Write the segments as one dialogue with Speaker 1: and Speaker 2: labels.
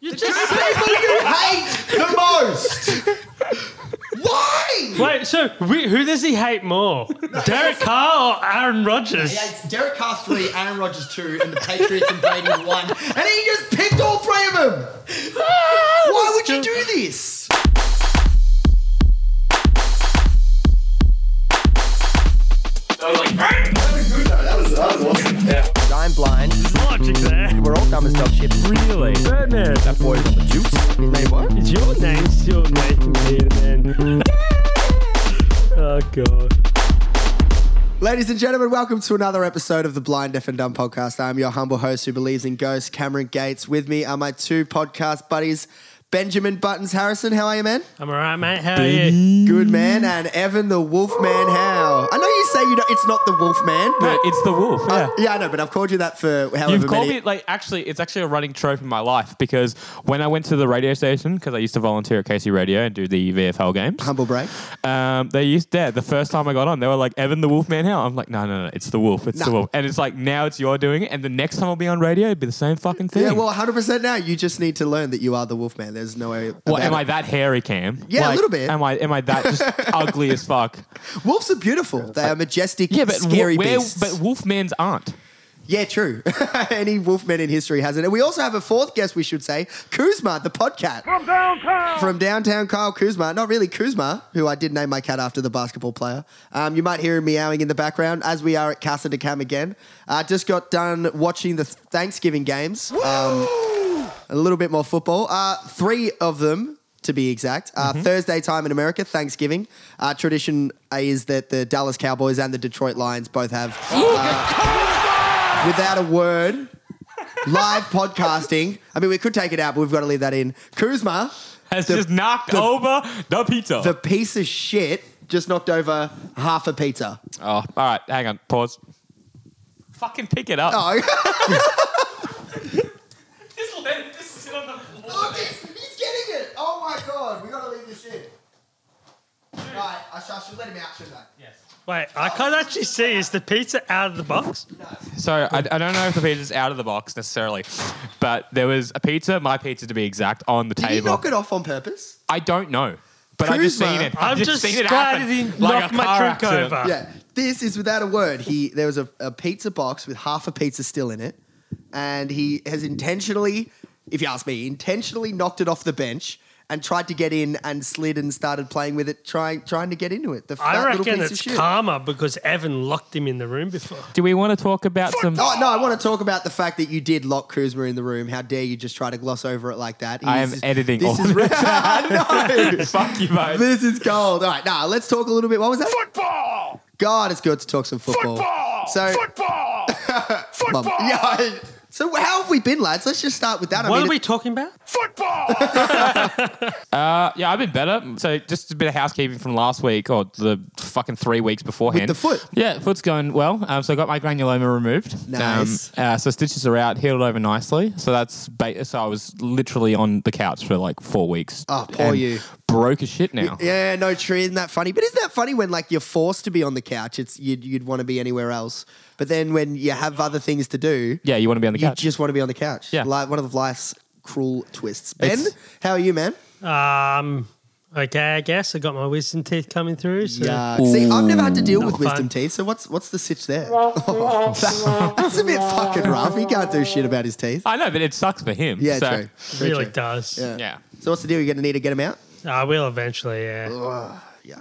Speaker 1: You
Speaker 2: Two
Speaker 1: just
Speaker 2: people you hate the most. Why?
Speaker 1: wait. So wh- who does he hate more, Derek Carr or Aaron Rodgers?
Speaker 2: He hates Derek Carr three, Aaron Rodgers two, and the Patriots and Brady one, and he just picked all three of them. Why would you do this?
Speaker 3: I'm blind.
Speaker 1: Logic there.
Speaker 3: We're all dumb as dog shit.
Speaker 1: Really, Birdman.
Speaker 3: That boy's on the juice. His name what?
Speaker 1: Is your name still Nathan Peterman? oh god.
Speaker 2: Ladies and gentlemen, welcome to another episode of the Blind Deaf and Dumb podcast. I'm your humble host who believes in ghosts, Cameron Gates. With me are my two podcast buddies, Benjamin Buttons Harrison. How are you, man?
Speaker 1: I'm alright, mate. How are you?
Speaker 2: Good man, and Evan the Wolfman. How? I know you say you don't, it's not the Wolfman, but
Speaker 4: No, it's the wolf. Yeah.
Speaker 2: yeah, I know. But I've called you that for however
Speaker 4: You've called
Speaker 2: many.
Speaker 4: me like actually, it's actually a running trope in my life because when I went to the radio station, because I used to volunteer at KC Radio and do the VFL games,
Speaker 2: Humble break.
Speaker 4: um, they used yeah, the first time I got on, they were like Evan the Wolf Man How? I'm like, no, no, no, it's the wolf, it's the
Speaker 2: No.
Speaker 4: wolf, and it's like now it's you're doing it, and the next time I'll be on radio, it'd be the same fucking thing.
Speaker 2: Yeah, well, 100% now. You just need to learn that you are the Wolfman. There's no way.
Speaker 4: What,
Speaker 2: about
Speaker 4: am
Speaker 2: it.
Speaker 4: I that hairy, Cam?
Speaker 2: Yeah, a
Speaker 4: Like,
Speaker 2: little bit.
Speaker 4: Am I am I that just ugly as fuck?
Speaker 2: Wolves are beautiful. They are majestic,
Speaker 4: Yeah, but
Speaker 2: scary
Speaker 4: wo- where,
Speaker 2: beasts.
Speaker 4: but wolfmen's aren't.
Speaker 2: yeah, true. Any Wolfman in history has it. And we also have a fourth guest, we should say Kuzma, the podcat. From downtown. From downtown, Kyle Kuzma. Not really Kuzma, who I did name my cat after the basketball player. Um, you might hear him meowing in the background as we are at Casa de Cam again. I just got done watching the Thanksgiving games. Um, a little bit more football. Uh, three of them, to be exact. Uh, Thursday time in America, Thanksgiving. Uh, tradition is that the Dallas Cowboys and the Detroit Lions both have, uh, without a word, live podcasting. I mean, we could take it out, but we've got to leave that in. Kuzma,
Speaker 4: Has
Speaker 2: The-
Speaker 4: just knocked
Speaker 2: the-
Speaker 4: over the pizza.
Speaker 2: the piece of shit, just knocked over half a pizza.
Speaker 4: oh, all right, hang on, pause. Fucking pick it up.
Speaker 2: Oh,
Speaker 4: Just let it just sit on the floor.
Speaker 2: Look, he's, he's getting it. Oh my god, we got to leave this in. Right, I sh- I should let him out, shouldn't I?
Speaker 1: Wait, I can't actually see. Is the pizza out of the box?
Speaker 4: So I, I don't know if the pizza's out of the box necessarily, but there was a pizza, my pizza to be exact, on the
Speaker 2: Did he
Speaker 4: table.
Speaker 2: knock it off on purpose?
Speaker 4: I don't know, but I've just
Speaker 2: Kuzma.
Speaker 4: seen it.
Speaker 1: I'm
Speaker 4: I've
Speaker 1: just,
Speaker 4: seen it
Speaker 1: glad
Speaker 4: happen.
Speaker 1: he didn't
Speaker 4: like
Speaker 1: knock
Speaker 4: a
Speaker 1: my
Speaker 4: car
Speaker 1: drink
Speaker 4: accident.
Speaker 1: over.
Speaker 2: Yeah, this is without a word. He there was a, a pizza box with half a pizza still in it, and he has intentionally, if you ask me, intentionally knocked it off the bench and tried to get in and slid and started playing with it, trying trying to get into it. The fat
Speaker 1: I
Speaker 2: little
Speaker 1: reckon
Speaker 2: piece of
Speaker 1: it's
Speaker 2: shit.
Speaker 1: karma because Evan locked him in the room before.
Speaker 4: Do we want to talk about some?
Speaker 2: Oh no! I want to talk about the fact that you did lock Kuzma in the room. How dare you just try to gloss over it like that?
Speaker 4: I am
Speaker 2: He's-
Speaker 4: editing
Speaker 2: This
Speaker 4: all
Speaker 2: is
Speaker 4: of
Speaker 2: re- no,
Speaker 4: Fuck you, mate.
Speaker 2: this is gold. All right, now let's talk a little bit. What was that? Football. God, it's good to talk some football. Football. So, football. football. Yeah. I- So how have we been, lads? Let's just start with that.
Speaker 1: What
Speaker 2: I
Speaker 1: are
Speaker 2: mean,
Speaker 1: we talking about?
Speaker 4: Uh, yeah, I've been better. So just a bit of housekeeping from last week or the fucking three weeks beforehand.
Speaker 2: the foot?
Speaker 4: Yeah, foot's going well. Um, so I got my granuloma removed.
Speaker 2: Nice.
Speaker 4: Um, uh, so stitches are out, healed over nicely. So that's ba- so I was literally on the couch for like four weeks.
Speaker 2: Oh, poor
Speaker 4: and
Speaker 2: you.
Speaker 4: Broke as shit now.
Speaker 2: yeah, no tree. Isn't that funny? But isn't that funny when like you're forced to be on the couch? It's you'd, you'd want to be anywhere else. But then when you have other things to do,
Speaker 4: Yeah, you want to be on the
Speaker 2: you
Speaker 4: couch.
Speaker 2: just want to be on the couch.
Speaker 4: Yeah.
Speaker 2: like one of life's cruel twists. Ben,
Speaker 4: It's-
Speaker 2: how are you, man?
Speaker 1: Um, okay, I guess I got my wisdom teeth coming through. So
Speaker 2: Yeah. Uh, See, I've never had to deal with
Speaker 1: fun.
Speaker 2: wisdom teeth, so what's what's the sitch there? That's a bit fucking rough. He can't do shit about his teeth.
Speaker 4: I know, but it sucks for him.
Speaker 2: Yeah,
Speaker 4: so,
Speaker 2: true.
Speaker 1: it
Speaker 2: True,
Speaker 1: really
Speaker 2: true.
Speaker 1: does.
Speaker 4: Yeah.
Speaker 2: So what's the deal? You're gonna need to get him out.
Speaker 1: I will eventually. Yeah.
Speaker 2: Yeah.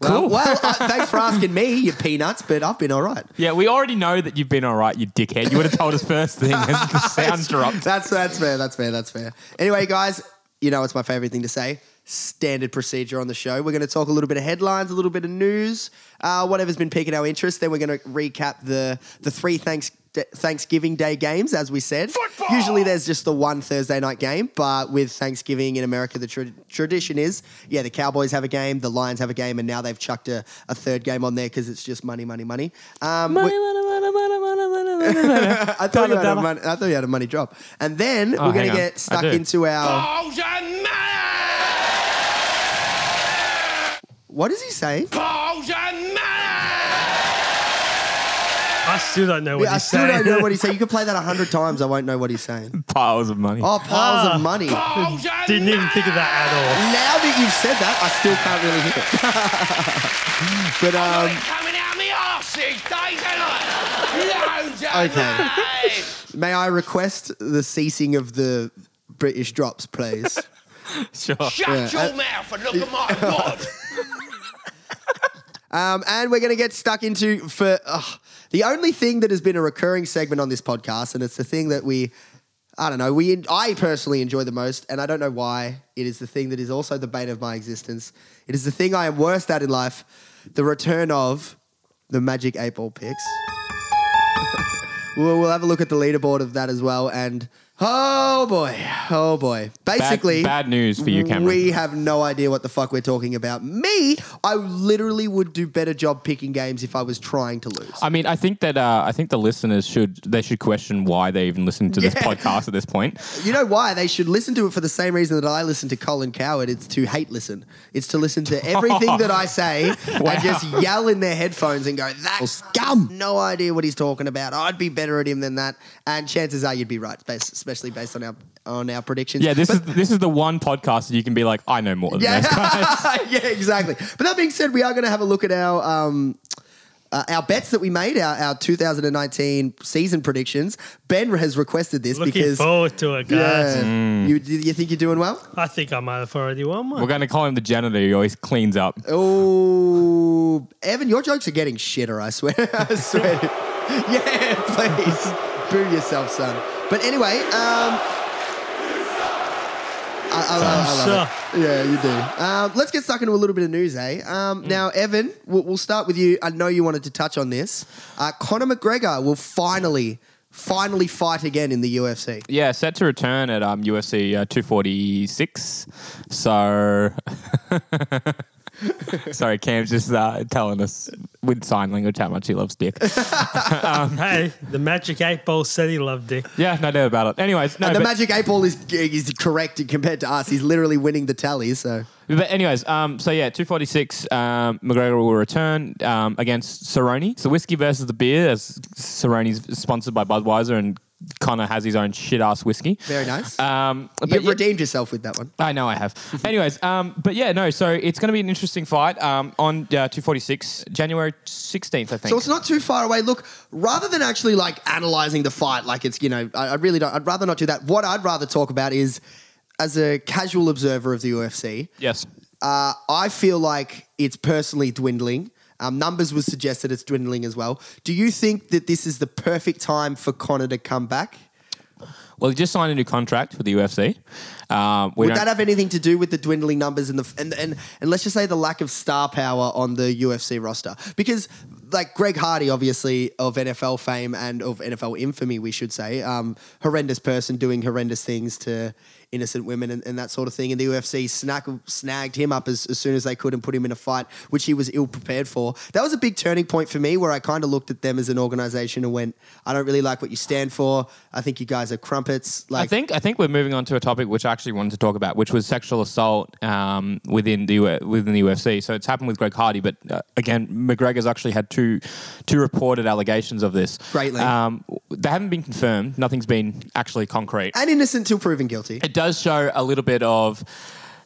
Speaker 2: Well,
Speaker 4: Cool.
Speaker 2: well uh, thanks for asking me, you peanuts, but I've been all right.
Speaker 4: Yeah, we already know that you've been all right, you dickhead. You would have told us first thing as the sound dropped.
Speaker 2: That's that's fair. That's fair. That's fair. Anyway, guys, you know it's my favorite thing to say. Standard procedure on the show. We're going to talk a little bit of headlines, a little bit of news, uh, whatever's been piquing our interest. Then we're going to recap the the three thanks. Thanksgiving Day games, as we said. Usually there's just the one Thursday night game, but with Thanksgiving in America, the tra- tradition is yeah, the Cowboys have a game, the Lions have a game, and now they've chucked a, a third game on there because it's just money, money, money. Um, we- I thought, you had a money, I thought you had a money drop. And then we're going to
Speaker 4: Oh, hang on. I
Speaker 2: get stuck
Speaker 4: do.
Speaker 2: into our. What is he saying?
Speaker 1: I I still don't know what
Speaker 2: I
Speaker 1: he's
Speaker 2: still
Speaker 1: saying.
Speaker 2: don't know what he's saying. You could play that a hundred times. I won't know what he's saying.
Speaker 4: Piles of money.
Speaker 2: Oh, piles
Speaker 4: Ah.
Speaker 2: of money.
Speaker 1: Didn't even think of that at all.
Speaker 2: Now that you've said that, I still can't really hear it. but um, Okay. may I request the ceasing of the British drops, please?
Speaker 4: Sure.
Speaker 5: Shut your mouth and look at my God.
Speaker 2: Um, and we're going to get stuck into for ugh, the only thing that has been a recurring segment on this podcast, and it's the thing that we, I don't know, we I personally enjoy the most, and I don't know why. It is the thing that is also the bane of my existence. It is the thing I am worst at in life. The return of the Magic Eight Ball picks. we'll, we'll have a look at the leaderboard of that as well, and oh boy, oh boy.
Speaker 4: Bad,
Speaker 2: Basically,
Speaker 4: bad news for you, Cameron.
Speaker 2: we have no idea what the fuck we're talking about. Me, I literally would do better job picking games if I was trying to lose.
Speaker 4: I mean, I think that uh, I think the listeners should they should question why they even listen to this
Speaker 2: Yeah.
Speaker 4: podcast at this point.
Speaker 2: You know why? They should listen to it for the same reason that I listen to Colin Coward. It's to hate listen. It's to listen to everything that I say and just yell in their headphones and go, that scum! No idea what he's talking about. I'd be better at him than that. And chances are you'd be right, bas- especially based on our on our predictions.
Speaker 4: Yeah, this
Speaker 2: But-
Speaker 4: is this is the one podcast that you can be like, I know more than those guys.
Speaker 2: Yeah, yeah, exactly. But that being said, we are going to have a look at our um, uh, our bets that we made, our, our 2019 season predictions. Ben has requested this
Speaker 1: Looking
Speaker 2: because
Speaker 1: forward to it, guys.
Speaker 2: yeah, you you think you're doing well?
Speaker 1: I think I might have already won one.
Speaker 4: We're going to call him the janitor who always cleans up.
Speaker 2: Oh, Evan, your jokes are getting shitter. I swear. I swear. yeah, please boo yourself, son. But anyway, um. I, I love, I love it. Yeah, you do. Um, let's get stuck into a little bit of news, eh?
Speaker 4: Mm.
Speaker 2: Um, Now, Evan, we'll, we'll start with you. I know you wanted to touch on this. Uh, Conor McGregor will finally, finally fight again in the UFC.
Speaker 4: Yeah, set to return at um, UFC uh, 246. So. Sorry, Cam's just uh, telling us with sign language how much he loves dick.
Speaker 1: Hey, the Magic 8 Ball said he loved it.
Speaker 4: yeah, no doubt about it. Anyways, no,
Speaker 2: And the
Speaker 4: but-
Speaker 2: Magic 8 Ball is, is correct compared to us. He's literally winning the tally, so.
Speaker 4: But anyways, um, so yeah, two forty six. Um, McGregor will return um, against Cerrone. So whiskey versus the beer, as Cerrone's sponsored by Budweiser, and Connor has his own shit ass whiskey.
Speaker 2: Very nice.
Speaker 4: Um, but
Speaker 2: You've
Speaker 4: yeah,
Speaker 2: redeemed yourself with that one.
Speaker 4: I know I have. anyways, um, but yeah, no. So it's going to be an interesting fight um, on uh, two forty six, January sixteenth, I think.
Speaker 2: So it's not too far away. Look, rather than actually like analyzing the fight, like it's you know, I, I really don't. I'd rather not do that. What I'd rather talk about is, as a casual observer of the UFC,
Speaker 4: yes.
Speaker 2: uh, I feel like it's personally dwindling. Um, numbers was suggested it's dwindling as well. Do you think that this is the perfect time for Connor to come back?
Speaker 4: Well, he just signed a new contract with the UFC. Um, we
Speaker 2: Would
Speaker 4: don't-
Speaker 2: that have anything to do with the dwindling numbers and the and, and and let's just say the lack of star power on the UFC roster? Because like Greg Hardy, obviously of NFL fame and of NFL infamy, we should say, um, horrendous person doing horrendous things to innocent women and, and that sort of thing. And the UFC snack, snagged him up as, as soon as they could and put him in a fight, which he was ill prepared for. That was a big turning point for me where I kind of looked at them as an organization and went, I don't really like what you stand for. I think you guys are crumpets. Like,
Speaker 4: I think I think we're moving on to a topic which I actually wanted to talk about, which was sexual assault um, within the U- within the UFC. So it's happened with Greg Hardy, but uh, again, McGregor's actually had two two reported allegations of this.
Speaker 2: Greatly.
Speaker 4: um, they haven't been confirmed. Nothing's been actually concrete.
Speaker 2: and innocent till proven guilty.
Speaker 4: It does show a little bit of,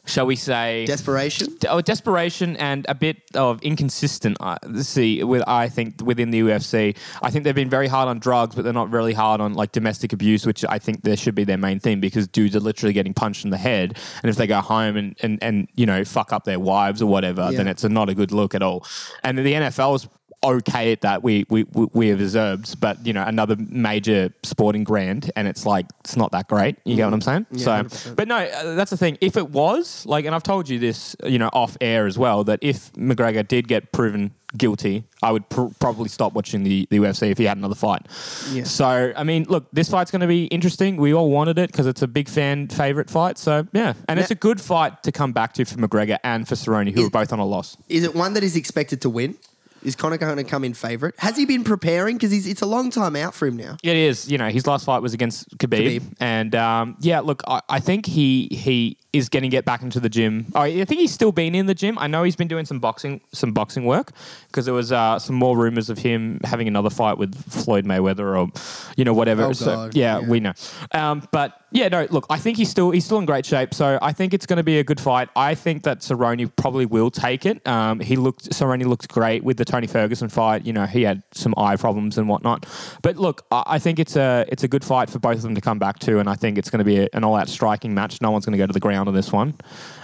Speaker 4: shall we say,
Speaker 2: Desperation.
Speaker 4: de- oh, desperation and a bit of inconsistent. uh, see, with I think within the UFC, I think they've been very hard on drugs, but they're not really hard on like domestic abuse, which I think there should be their main thing because dudes are literally getting punched in the head, and if they go home and and, and you know fuck up their wives or whatever, then
Speaker 2: Yeah.
Speaker 4: it's a, not a good look at all. And the NFL is okay at that. We we we we have observed, but you know another major sporting brand, and it's like it's not that great. You get what I'm saying? so,
Speaker 2: 100%.
Speaker 4: but no, uh, that's the thing. If it was like, and I've told you this, uh, you know, off air as well, that if McGregor did get proven guilty, I would pr- probably stop watching the, the UFC if he had another fight.
Speaker 2: Yeah.
Speaker 4: So, I mean, look, this fight's going to be interesting. We all wanted it because it's a big fan favorite fight. So, yeah, and it's a good fight to come back to for McGregor and for Cerrone, who are both on a loss.
Speaker 2: Is it one that is expected to win? Is Conor going to come in favourite? Has he been preparing? Because it's a long time out for him now.
Speaker 4: It is, you know, his last fight was against Khabib,
Speaker 2: Khabib.
Speaker 4: and um, yeah, look, I, I think he he is going to get back into the gym. I, I think he's still been in the gym. I know he's been doing some boxing some boxing work because there was uh, some more rumors of him having another fight with Floyd Mayweather or you know whatever.
Speaker 2: Oh,
Speaker 4: so
Speaker 2: God.
Speaker 4: yeah,
Speaker 2: Yeah.
Speaker 4: we know. Um, but yeah, no, look, I think he's still he's still in great shape. So I think it's going to be a good fight. I think that Cerrone probably will take it. Um, he looked Cerrone looked great with the Tony Ferguson fight. You know, he had some eye problems and whatnot. But look, I, I think it's a it's a good fight for both of them to come back to, and I think it's going to be a, an all out striking match. No one's going to go to the ground on this one,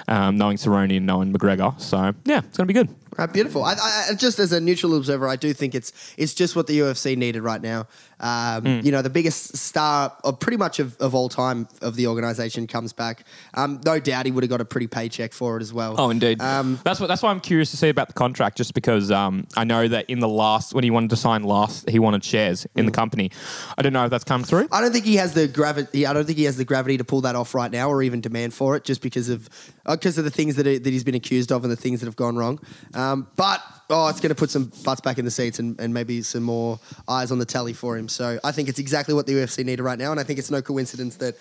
Speaker 4: um, knowing Cerrone and knowing McGregor. So yeah, it's going to be good.
Speaker 2: Uh, beautiful. I, I, I- just as a neutral observer, I do think it's it's just what the UFC needed right now. Um,
Speaker 4: Hmm.
Speaker 2: You know, the biggest star of pretty much of, of all time of the organization comes back. Um, no doubt he would have got a pretty paycheck for it as well.
Speaker 4: Oh, indeed.
Speaker 2: Um,
Speaker 4: that's what. That's why I'm curious to see about the contract, just because um, I know that in the last when he wanted to sign last, he wanted shares in the company. I don't know if that's come through.
Speaker 2: Mm. I don't think he has the gravity. I don't think he has the gravity to pull that off right now, or even demand for it, just because of because of the things that, he- that he's been accused of and the things that have gone wrong. Um, but oh, it's going to put some butts back in the seats and, and maybe some more eyes on the tally for him. So I think it's exactly what the UFC needed right now, and I think it's no coincidence that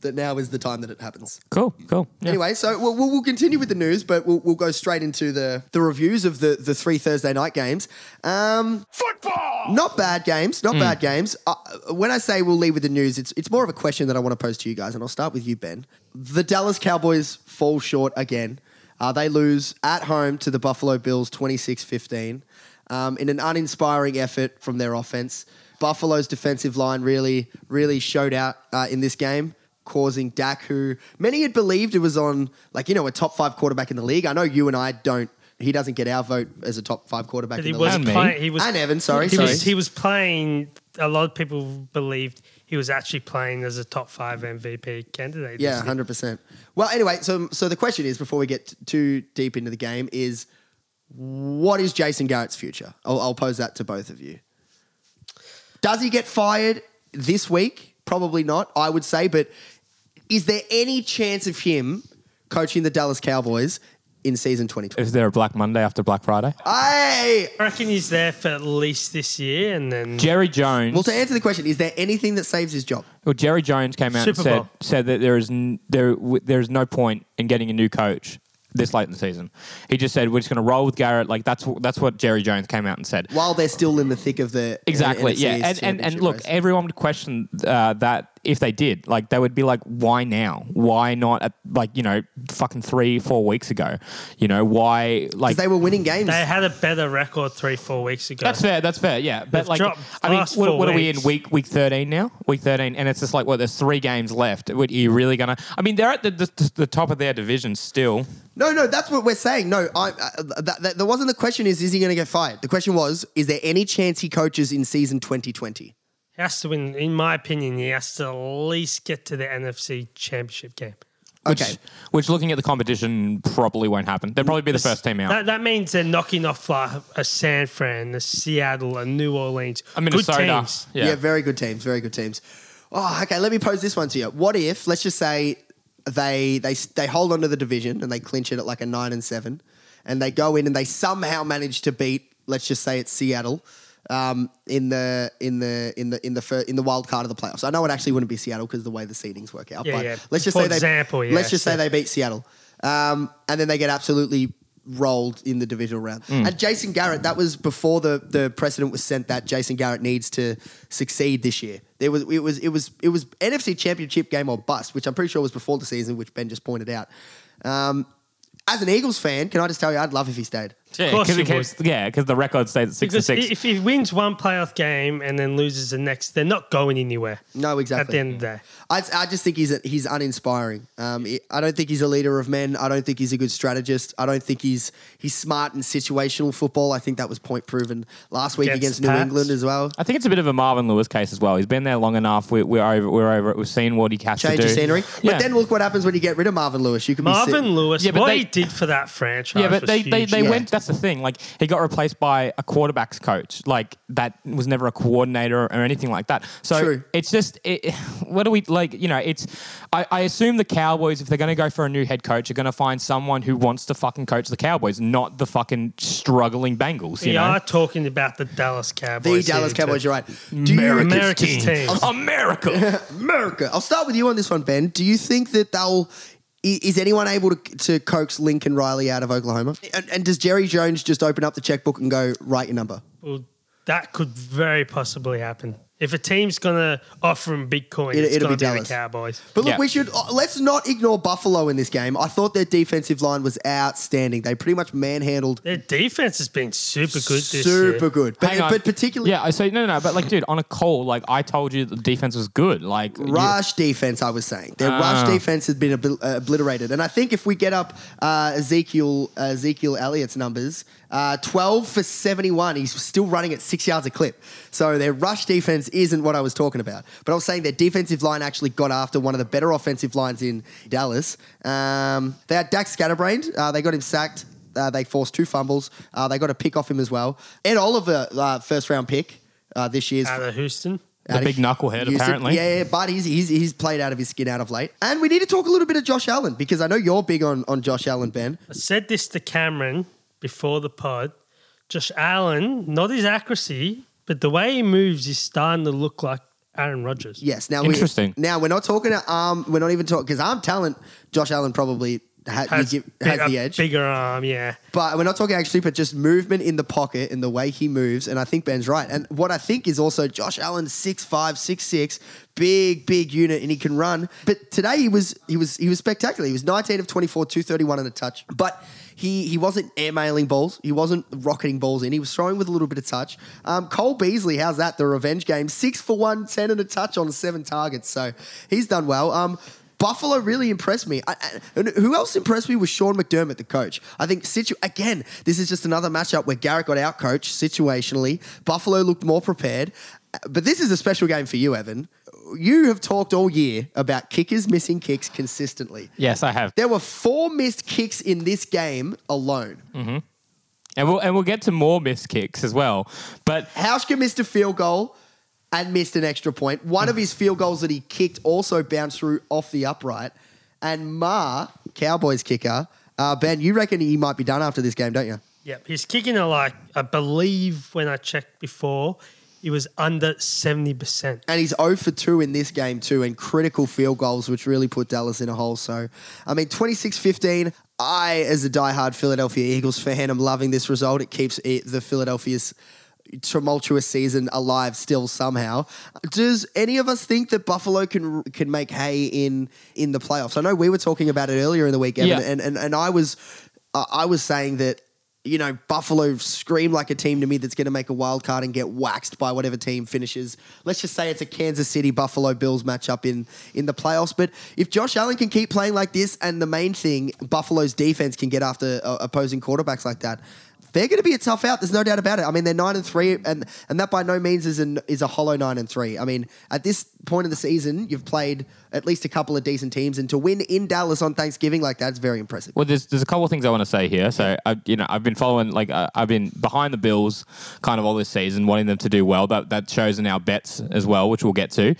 Speaker 2: that now is the time that it happens.
Speaker 4: Cool, cool. Yeah.
Speaker 2: Anyway, so we'll, we'll, we'll continue with the news, but we'll, we'll go straight into the, the reviews of the, the three Thursday night games. Um,
Speaker 5: Football!
Speaker 2: not bad games, not bad games. Uh, when I say we'll leave with the news, it's it's more of a question that I want to pose to you guys, and I'll start with you, Ben. The Dallas Cowboys fall short again. Uh, they lose at home to the Buffalo Bills 26 15 um, in an uninspiring effort from their offense. Buffalo's defensive line really, really showed out uh, in this game causing Dak, who many had believed it was on, like, you know, a top five quarterback in the league. I know you and I don't, he doesn't get our vote as a top five quarterback
Speaker 1: But
Speaker 2: in
Speaker 1: he
Speaker 2: the
Speaker 1: was
Speaker 2: league.
Speaker 4: And me.
Speaker 1: playing. He was
Speaker 2: And Evan, sorry,
Speaker 1: he
Speaker 2: sorry.
Speaker 1: was he was playing. A lot of people believed he was actually playing as a top five MVP candidate. this
Speaker 2: Yeah,
Speaker 1: year.
Speaker 2: hundred percent. Well, anyway, so so the question is, before we get t- too deep into the game, is what is Jason Garrett's future? I'll, I'll pose that to both of you. Does he get fired this week? Probably not, I would say. But is there any chance of him coaching the Dallas Cowboys in season twenty twenty?
Speaker 4: Is there a Black Monday after Black Friday?
Speaker 2: Uh, Hey.
Speaker 1: I reckon he's there for at least this year, and then
Speaker 4: Jerry Jones.
Speaker 2: Well, to answer the question, is there anything that saves his job?
Speaker 4: Well, Jerry Jones came out
Speaker 1: Super
Speaker 4: and said
Speaker 1: Bowl.
Speaker 4: said that there is n- there w- there is no point in getting a new coach this late in the season. He just said we're just going to roll with Garrett. Like that's wh- that's what Jerry Jones came out and said.
Speaker 2: While they're still in the thick of the uh,
Speaker 4: Exactly.
Speaker 2: NFC
Speaker 4: yeah.
Speaker 2: East
Speaker 4: And, and and
Speaker 2: championship
Speaker 4: look,
Speaker 2: race.
Speaker 4: everyone would question uh, that if they did. Like they would be like, why now? Why not at like you know fucking three four weeks ago? You know why? Like
Speaker 2: 'Cause they were winning games.
Speaker 1: they had a better record three four weeks ago.
Speaker 4: That's fair. That's fair. Yeah, but
Speaker 1: They've
Speaker 4: like,
Speaker 1: dropped
Speaker 4: I mean,
Speaker 1: last
Speaker 4: what,
Speaker 1: four
Speaker 4: what are we in
Speaker 1: weeks.
Speaker 4: week week thirteen now? Week thirteen, and it's just like, well, there's three games left. What, are you really gonna? I mean, they're at the, the, the top of their division still.
Speaker 2: No, no, that's what we're saying. No, I, uh, that, that, that wasn't the question. Is is he going to get fired? The question was, is there any chance he coaches in season 2020?
Speaker 1: He has to win, in my opinion, he has to at least get to the NFC Championship game.
Speaker 4: Which,
Speaker 2: Okay.
Speaker 4: which looking at the competition, probably won't happen. They'll probably be the first team out.
Speaker 1: That, that means they're knocking off like a San Fran, a Seattle, a New Orleans.
Speaker 4: I mean, Minnesota. Yeah.
Speaker 2: Yeah. very good teams, very good teams. Oh, okay. Let me pose this one to you. What if, let's just say, they they they hold on to the division and they clinch it at like a nine and seven, and they go in and they somehow manage to beat, let's just say it's Seattle, um, in the in the in the in the fir- in the wild card of the playoffs. I know it actually wouldn't be Seattle because the way the seedings work out.
Speaker 1: Yeah,
Speaker 2: but
Speaker 1: yeah.
Speaker 2: let's just
Speaker 1: For
Speaker 2: say they
Speaker 1: example, yeah,
Speaker 2: let's just say
Speaker 1: so-
Speaker 2: they beat Seattle, um, and then they get absolutely rolled in the divisional round. And Jason Garrett, that was before the the precedent was sent that Jason Garrett needs to succeed this year. There was it was it was it was NFC Championship game or bust, which I'm pretty sure was before the season, which Ben just pointed out. Um, as an Eagles fan, can I just tell you, I'd love if he stayed.
Speaker 4: Yeah,
Speaker 1: course
Speaker 4: because
Speaker 1: you
Speaker 4: the record stays at six
Speaker 1: Because
Speaker 4: and six.
Speaker 1: if he wins one playoff game and then loses the next, they're not going anywhere.
Speaker 2: No, exactly.
Speaker 1: At the end of the day.
Speaker 2: I, I just think he's he's uninspiring. Um, he- I don't think he's a leader of men. I don't think he's a good strategist. I don't think he's he's smart in situational football. I think that was point proven last week against,
Speaker 1: Against
Speaker 2: New
Speaker 1: Pats.
Speaker 2: England as well.
Speaker 4: I think it's a bit of a Marvin Lewis case as well. He's been there long enough. We're, we're over. We're over. it. We've seen what he has
Speaker 2: Change
Speaker 4: to
Speaker 2: of
Speaker 4: do.
Speaker 2: scenery.
Speaker 4: Yeah.
Speaker 2: But then look what happens when you get rid of Marvin Lewis. You could be
Speaker 1: Marvin
Speaker 2: sitting-
Speaker 1: Lewis,
Speaker 4: Yeah, but
Speaker 1: what
Speaker 4: they-
Speaker 1: he did for that franchise.
Speaker 4: Yeah, but
Speaker 1: was
Speaker 4: they, they,
Speaker 1: huge.
Speaker 4: they
Speaker 2: Yeah.
Speaker 4: went. that's the thing. Like he got replaced by a quarterbacks coach. Like that was never a coordinator or anything like that. So
Speaker 2: True.
Speaker 4: it's just it, what do we like? You know, it's I, I assume the Cowboys if they're going to go for a new head coach, are going to find someone who wants to fucking coach the Cowboys, not the fucking struggling Bengals. You
Speaker 1: We
Speaker 4: know,
Speaker 1: are talking about the Dallas
Speaker 2: The
Speaker 1: Cowboys.
Speaker 2: Dallas
Speaker 1: here,
Speaker 2: Cowboys,
Speaker 1: too.
Speaker 2: you're right. Do you-
Speaker 1: America's America's team. team.
Speaker 4: America.
Speaker 2: America. I'll start with you on this one, Ben. Do you think that they'll? i- Is anyone able to, to coax Lincoln Riley out of Oklahoma? And, and does Jerry Jones just open up the checkbook and go, write your number?
Speaker 1: Well, that could very possibly happen. If a team's going to offer him Bitcoin,
Speaker 2: It-
Speaker 1: it's
Speaker 2: it'll
Speaker 1: going
Speaker 2: be
Speaker 1: to be, the
Speaker 2: Dallas.
Speaker 1: Cowboys.
Speaker 2: But look,
Speaker 4: Yeah.
Speaker 2: we should uh, let's not ignore Buffalo in this game. I thought their defensive line was outstanding. They pretty much manhandled
Speaker 1: Their defense has been super good this year.
Speaker 2: super good. But,
Speaker 4: Hang on.
Speaker 2: but particularly
Speaker 4: yeah. I say no, no, no, but like, dude, on a call, like I told you, the defense was good. Like, you-
Speaker 2: rush defense, I was saying. Their rush defense has been obl- uh, obliterated. And I think if we get up uh, Ezekiel uh, Ezekiel Elliott's numbers, uh, 12 for 71, he's still running at six yards a clip. So their rush defense isn't what I was talking about. But I was saying their defensive line actually got after one of the better offensive lines in Dallas. Um, they had Dak scatterbrained. Uh, they got him sacked. Uh, they forced two fumbles. Uh, they got a pick off him as well. Ed Oliver, uh, first round pick uh, this year's
Speaker 1: Out of Houston.
Speaker 4: the
Speaker 2: out of-
Speaker 4: big knucklehead,
Speaker 2: Used it.
Speaker 4: apparently.
Speaker 2: Yeah, yeah, but he's, he's he's played out of his skin out of late. And we need to talk a little bit of Josh Allen because I know you're big on, on Josh Allen, Ben.
Speaker 1: I said this to Cameron before the pod. Josh Allen, not his accuracy, but the way he moves is starting to look like Aaron Rodgers.
Speaker 2: Yes. Now
Speaker 4: Interesting.
Speaker 2: We, now we're not talking to arm. We're not even talking because arm talent. Josh Allen probably ha, you
Speaker 1: Has,
Speaker 2: give-
Speaker 1: big-
Speaker 2: has
Speaker 1: a
Speaker 2: the edge.
Speaker 1: Bigger arm, yeah.
Speaker 2: But we're not talking actually, but just movement in the pocket and the way he moves. And I think Ben's right. And what I think is also Josh Allen, 6'5", 6'6", big, big unit, and he can run. But today he was he was he was spectacular. He was 19 of 24, 231 and a touch. But he he wasn't airmailing balls. He wasn't rocketing balls in. He was throwing with a little bit of touch. Um, Cole Beasley, how's that? The revenge game. Six for one, 10 and a touch on seven targets. So he's done well. Um, Buffalo really impressed me. I, I- and who else impressed me was Sean McDermott, the coach. I think situ- again, this is just another matchup where Garrett got out coached situationally. Buffalo looked more prepared, Uh, but this is a special game for you, Evan. You have talked all year about kickers missing kicks consistently.
Speaker 4: Yes, I have.
Speaker 2: There were four missed kicks in this game alone.
Speaker 4: And we'll and we'll get to more missed kicks as well. But
Speaker 2: Hauschka missed a field goal and missed an extra point. One of his field goals that he kicked also bounced through off the upright. And Ma, Cowboys kicker, uh, Ben, you reckon he might be done after this game, don't you?
Speaker 1: Yep. He's kicking a like, I believe when I checked before, he was under 70%.
Speaker 2: And he's 0 for 2 in this game, too, and critical field goals, which really put Dallas in a hole. So, I mean, 26 15. I, as a diehard Philadelphia Eagles fan, am loving this result. It keeps it, the Philadelphia's tumultuous season alive still somehow. Does any of us think that Buffalo can can make hay in in the playoffs? I know we were talking about it earlier in the week, Evan,
Speaker 4: Yeah.
Speaker 2: and, and and I was I I was saying that you know Buffalo screamed like a team to me that's going to make a wild card and get waxed by whatever team finishes. Let's just say it's a Kansas City Buffalo Bills matchup in in the playoffs. But if Josh Allen can keep playing like this, and the main thing Buffalo's defense can get after uh, opposing quarterbacks like that. They're going to be a tough out. There's no doubt about it. I mean, they're nine and three, and and that by no means is an is a hollow nine and three. I mean, at this point in the season, you've played at least a couple of decent teams, and to win in Dallas on Thanksgiving like that's very impressive.
Speaker 4: Well, there's there's a couple of things I want to say here. So I, you know, I've been following like uh, I've been behind the Bills kind of all this season, wanting them to do well. That that shows in our bets as well, which we'll get to.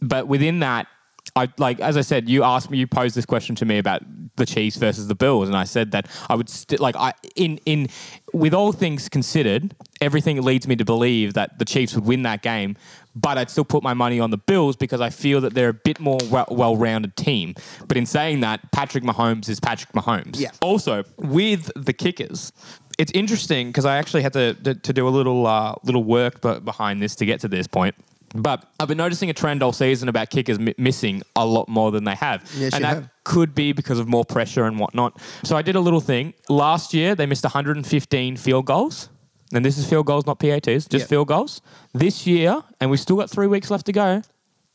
Speaker 4: But within that, I like as I said, you asked me, you posed this question to me about the Chiefs versus the Bills, and I said that I would st- like I in in with all things considered, everything leads me to believe that the Chiefs would win that game. But I'd still put my money on the Bills because I feel that they're a bit more well- well-rounded team. But in saying that, Patrick Mahomes is Patrick Mahomes.
Speaker 2: Yeah.
Speaker 4: Also, with the kickers, it's interesting because I actually had to, to, to do a little uh, little work be- behind this to get to this point. But I've been noticing a trend all season about kickers mi- missing a lot more than they have,
Speaker 2: Yes,
Speaker 4: and
Speaker 2: you
Speaker 4: that
Speaker 2: have.
Speaker 4: could be because of more pressure and whatnot. So I did a little thing. Last year they missed 115 field goals, and this is field goals, not PATs, just
Speaker 2: Yeah.
Speaker 4: field goals. This year, and we've still got three weeks left to go.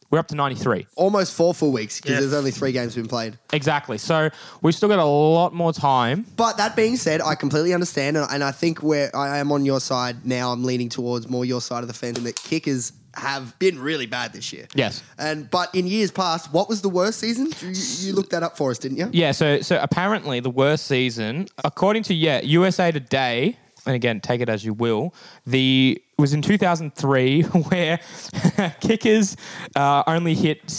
Speaker 4: We're up to 93.
Speaker 2: Almost four full weeks because
Speaker 1: Yeah.
Speaker 2: there's only three games been played.
Speaker 4: Exactly. So we've still got a lot more time
Speaker 2: But that being said, I completely understand, and, and I think where I am on your side now, I'm leaning towards more your side of the fence, and that kickers have been really bad this year.
Speaker 4: Yes.
Speaker 2: And but in years past, what was the worst season? You, you looked that up for us, didn't you?
Speaker 4: Yeah, so so apparently the worst season, according to yeah USA Today, and again take it as you will, the it was in 2003 where kickers uh, only hit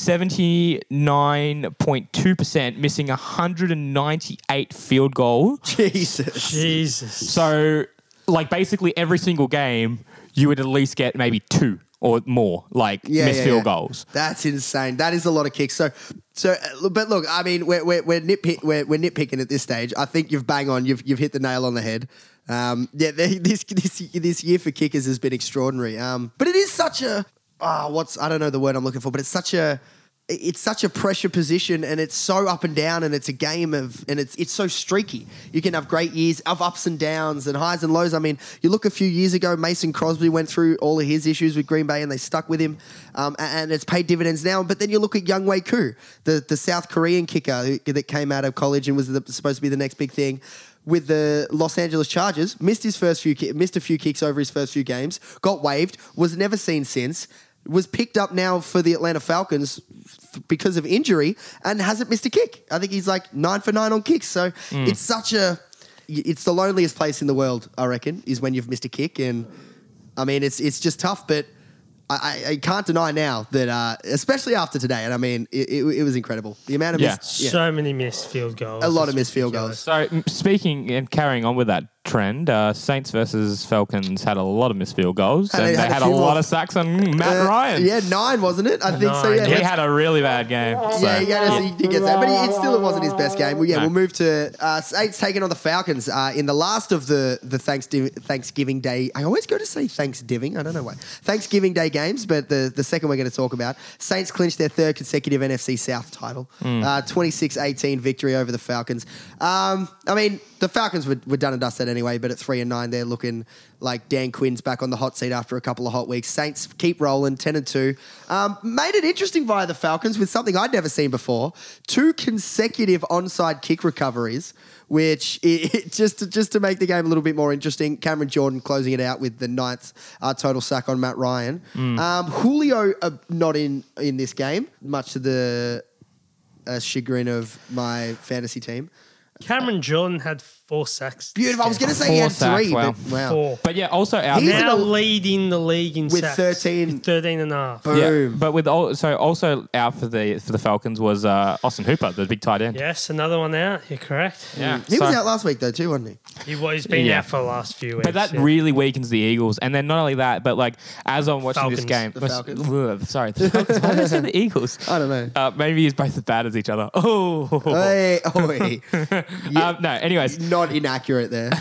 Speaker 4: 79.2 percent, missing 198 field goal.
Speaker 2: Jesus.
Speaker 1: Jesus.
Speaker 4: So like basically every single game, you would at least get maybe two or more like
Speaker 2: Yeah,
Speaker 4: missed
Speaker 2: yeah,
Speaker 4: field
Speaker 2: yeah.
Speaker 4: goals.
Speaker 2: That's insane. That is a lot of kicks. So, so, uh, but look, I mean, we're we're, we're, nitpick, we're, we're nitpicking at this stage. I think you've bang on. You've you've hit the nail on the head. Um, yeah, they, this this this year for kickers has been extraordinary. Um, but it is such a ah, what's I don't know the word I'm looking for, but it's such a it's such a pressure position and it's so up and down and it's a game of and it's it's so streaky. You can have great years of ups and downs and highs and lows. I mean, you look a few years ago, Mason Crosby went through all of his issues with Green Bay and they stuck with him, um, a- and it's paid dividends now. But then you look at Young Wei Koo, the the South Korean kicker who, that came out of college and was the, supposed to be the next big thing. With the Los Angeles Chargers, missed his first few ki- missed a few kicks over his first few games, got waived, was never seen since was picked up now for the Atlanta Falcons th- because of injury and hasn't missed a kick. I think he's like nine for nine on kicks. So
Speaker 4: Hmm.
Speaker 2: it's such a, it's the loneliest place in the world, I reckon, is when you've missed a kick. And I mean, it's it's just tough, but I, I, I can't deny now that, uh, especially after today. And I mean, it, it, it was incredible. The amount of
Speaker 4: Yeah.
Speaker 2: missed, yeah,
Speaker 1: So many missed field goals.
Speaker 2: a lot of
Speaker 1: It's
Speaker 2: missed field
Speaker 1: ridiculous.
Speaker 2: goals.
Speaker 4: So m- speaking and carrying on with that trend, uh, Saints versus Falcons had a lot of missed field goals,
Speaker 2: And
Speaker 4: and,
Speaker 2: they
Speaker 4: they
Speaker 2: had
Speaker 4: had,
Speaker 2: a
Speaker 4: a
Speaker 2: few
Speaker 4: lot
Speaker 2: more-
Speaker 4: of sacks on Matt
Speaker 2: Uh,
Speaker 4: Ryan.
Speaker 2: yeah, nine wasn't it? I think so.
Speaker 1: Nine,
Speaker 2: Yeah,
Speaker 1: yeah.
Speaker 4: he
Speaker 2: Let's-
Speaker 4: had a really bad game. So.
Speaker 2: Yeah, he, had us- he did get that, but he, it still wasn't his best game. Well, yeah,
Speaker 4: No.
Speaker 2: we'll move to uh, Saints taking on the Falcons uh, in the last of the the Thanksgiving, Thanksgiving Day. I always go to say Thanksgiving. I don't know why Thanksgiving Day games, but the the second we're going to talk about Saints clinched their third consecutive NFC South title,
Speaker 4: Hmm.
Speaker 2: uh, 26-18 victory over the Falcons. Um, I mean, the Falcons were, were done and dusted anyway, but at three and nine, they're looking like Dan Quinn's back on the hot seat after a couple of hot weeks. Saints keep rolling, ten and two. Um, made it interesting via the Falcons with something I'd never seen before: two consecutive onside kick recoveries. Which it, it- just to, just to make the game a little bit more interesting, Cameron Jordan closing it out with the ninth uh, total sack on Matt Ryan.
Speaker 4: Mm.
Speaker 2: Um, Julio uh, not in in this game, much to the uh, chagrin of my fantasy team.
Speaker 1: Cameron Jordan had four sacks. this
Speaker 2: Beautiful. I was
Speaker 1: game.
Speaker 2: going to say he
Speaker 4: Four
Speaker 2: had
Speaker 4: sacks,
Speaker 2: three,
Speaker 4: wow.
Speaker 2: but wow.
Speaker 1: Four.
Speaker 4: But yeah, also out.
Speaker 2: He's
Speaker 1: now
Speaker 2: an el-
Speaker 1: leading the league in
Speaker 2: With
Speaker 1: sacks.
Speaker 2: 13.
Speaker 1: With 13 and a half.
Speaker 4: yeah,
Speaker 2: Boom.
Speaker 4: but with all, so also out for the for the Falcons was uh, Austin Hooper, the big tight end.
Speaker 1: Yes, another one out. You're correct.
Speaker 4: Yeah,
Speaker 2: He was
Speaker 4: so-
Speaker 2: out last week though too, wasn't he?
Speaker 1: He was, he's been
Speaker 4: Yeah.
Speaker 1: out for the last few weeks.
Speaker 4: But that
Speaker 1: yeah.
Speaker 4: really weakens the Eagles. And then not only that, but like as I'm watching this
Speaker 1: Falcons.
Speaker 4: game,
Speaker 2: The Falcons.
Speaker 4: Ugh, sorry, the Falcons. Why did I say the Eagles?
Speaker 2: I don't know.
Speaker 4: Uh, maybe he's both as bad as each other. Oh,
Speaker 2: Oi, oi. Yeah.
Speaker 4: um, no. Anyways,
Speaker 2: Not inaccurate there.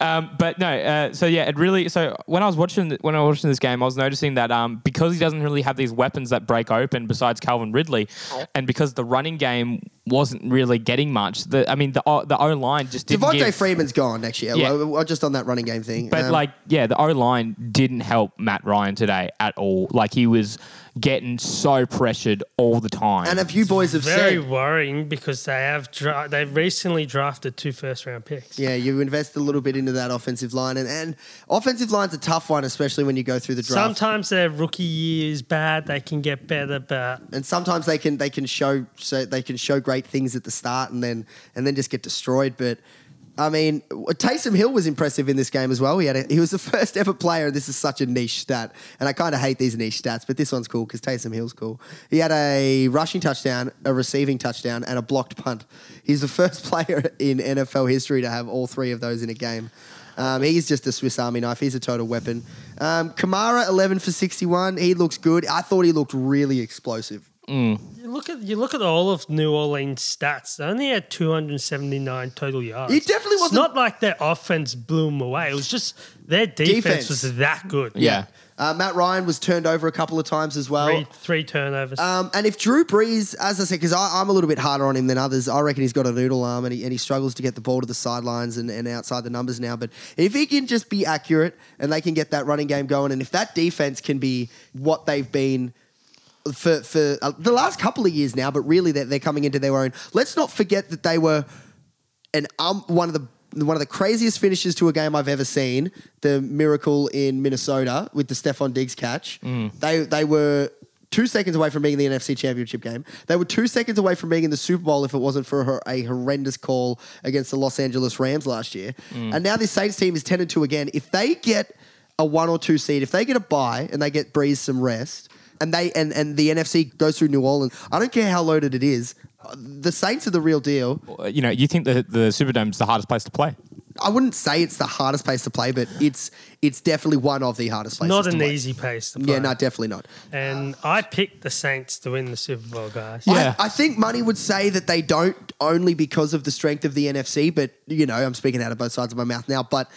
Speaker 4: Um, but no, uh, so yeah, it really. So when I was watching when I was watching this game, I was noticing that um, because he doesn't really have these weapons that break open besides Calvin Ridley, and because the running game wasn't really getting much. The I mean the O- the O line just didn't.
Speaker 2: Devontae
Speaker 4: give-
Speaker 2: Freeman's gone next year.
Speaker 4: Yeah.
Speaker 2: Well, well, just on that running game thing.
Speaker 4: But
Speaker 2: Um,
Speaker 4: like, yeah, the O line didn't help Matt Ryan today at all. Like he was getting so pressured all the time.
Speaker 2: and if you boys have
Speaker 1: very
Speaker 2: said,
Speaker 1: worrying because they have dra- they've recently drafted two first round picks.
Speaker 2: yeah, you invest a little bit into that offensive line, and, and offensive line's a tough one, especially when you go through the draft.
Speaker 1: Sometimes their rookie year is bad. They can get better, but
Speaker 2: and sometimes they can they can show so they can show great things at the start and then and then just get destroyed. But I mean, Taysom Hill was impressive in this game as well. He had a, he was the first ever player. This is such a niche stat, and I kind of hate these niche stats, but this one's cool because Taysom Hill's cool. He had a rushing touchdown, a receiving touchdown, and a blocked punt. He's the first player in NFL history to have all three of those in a game. Um, he's just a Swiss Army knife. He's a total weapon. Um, Kamara, 11 for 61. He looks good. I thought he looked really explosive.
Speaker 1: you look at you look at all of New Orleans stats. They only had 279 total yards.
Speaker 2: It definitely
Speaker 1: It's
Speaker 2: wasn't-
Speaker 1: not like their offense blew them away. It was just their defense,
Speaker 2: Defense.
Speaker 1: was that good.
Speaker 4: yeah.
Speaker 2: Uh, Matt Ryan was turned over a couple of times as well.
Speaker 1: Three, three turnovers.
Speaker 2: Um, and if Drew Brees, as I said, because I'm a little bit harder on him than others, I reckon he's got a noodle arm and he, and he struggles to get the ball to the sidelines and, and outside the numbers now. But if he can just be accurate and they can get that running game going, and if that defense can be what they've been for for uh, the last couple of years now, but really they're, they're coming into their own. Let's not forget that they were an um one of the one of the craziest finishes to a game I've ever seen. The miracle in Minnesota with the Stefan Diggs catch. They they were two seconds away from being in the NFC Championship game. They were two seconds away from being in the Super Bowl if it wasn't for her, a horrendous call against the Los Angeles Rams last year. And now this Saints team is ten and two again. If they get a one or two seed, if they get a bye and they get Breeze some rest, and they and, and the NFC goes through New Orleans, I don't care how loaded it is. uh, The Saints are the real deal.
Speaker 4: You know, you think the the Superdome's the hardest place to play?
Speaker 2: I wouldn't say it's the hardest place to play, but it's it's definitely one of the hardest places.
Speaker 1: Not
Speaker 2: to
Speaker 1: an
Speaker 2: play.
Speaker 1: easy pace to play.
Speaker 2: Yeah, no, definitely not.
Speaker 1: And I picked the Saints to win the Super Bowl, guys.
Speaker 4: Yeah.
Speaker 2: I, I think money would say that they don't only because of the strength of the NFC, but you know, I'm speaking out of both sides of my mouth now. But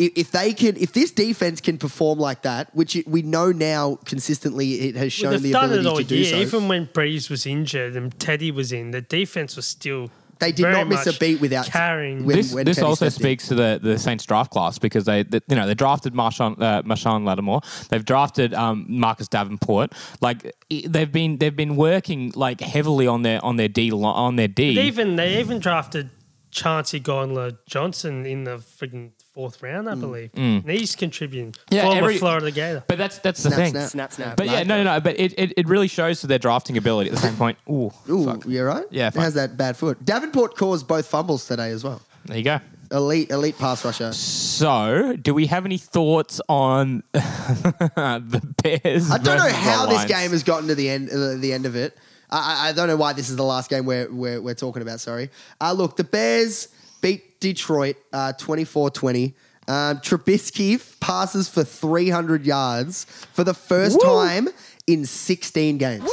Speaker 2: i- if they can, if this defense can perform like that, which it- we know now consistently, it has
Speaker 1: Well,
Speaker 2: shown
Speaker 1: they've
Speaker 2: the
Speaker 1: done it
Speaker 2: ability
Speaker 1: all
Speaker 2: to do
Speaker 1: year.
Speaker 2: so.
Speaker 1: Even when Breeze was injured and Teddy was in, the defense was still.
Speaker 2: They did
Speaker 1: very
Speaker 2: not miss a
Speaker 1: much
Speaker 2: beat without-
Speaker 1: carrying.
Speaker 2: with- When-
Speaker 4: this
Speaker 2: when
Speaker 4: this
Speaker 2: Teddy
Speaker 4: also
Speaker 2: stepped in.
Speaker 4: speaks to the, the Saints draft class because they, they- you know they drafted Marshawn uh, Marshawn Lattimore, they've drafted um, Marcus Davenport. Like i- they've been they've been working like heavily on their on their D li- on their D.
Speaker 1: even they even drafted Chauncey Gonler Johnson in the friggin' fourth round,
Speaker 2: Mm.
Speaker 1: I believe. And he's contributing.
Speaker 4: Yeah,
Speaker 1: Former
Speaker 4: every-
Speaker 1: Florida Gator.
Speaker 4: but that's that's the
Speaker 2: Snap,
Speaker 4: thing.
Speaker 2: snap.
Speaker 3: Snap, snap.
Speaker 4: But yeah, no, no, no. But it, it, it really shows to their drafting ability at the same point. Ooh,
Speaker 2: Ooh, you're right.
Speaker 4: Yeah, fuck.
Speaker 2: how's that bad foot? Davenport caused both fumbles today as well.
Speaker 4: there you go.
Speaker 2: Elite, elite pass rusher.
Speaker 4: So, do we have any thoughts on the Bears?
Speaker 2: I don't know
Speaker 4: versus the
Speaker 2: how this
Speaker 4: Lions?
Speaker 2: game has gotten to the end. Uh, the end of it. I, I- I don't know why this is the last game we're we're, we're talking about. Sorry. Uh, look, the Bears beat Detroit uh, 24-20. Um, Trubisky f- passes for 300 yards for the first time in 16 games.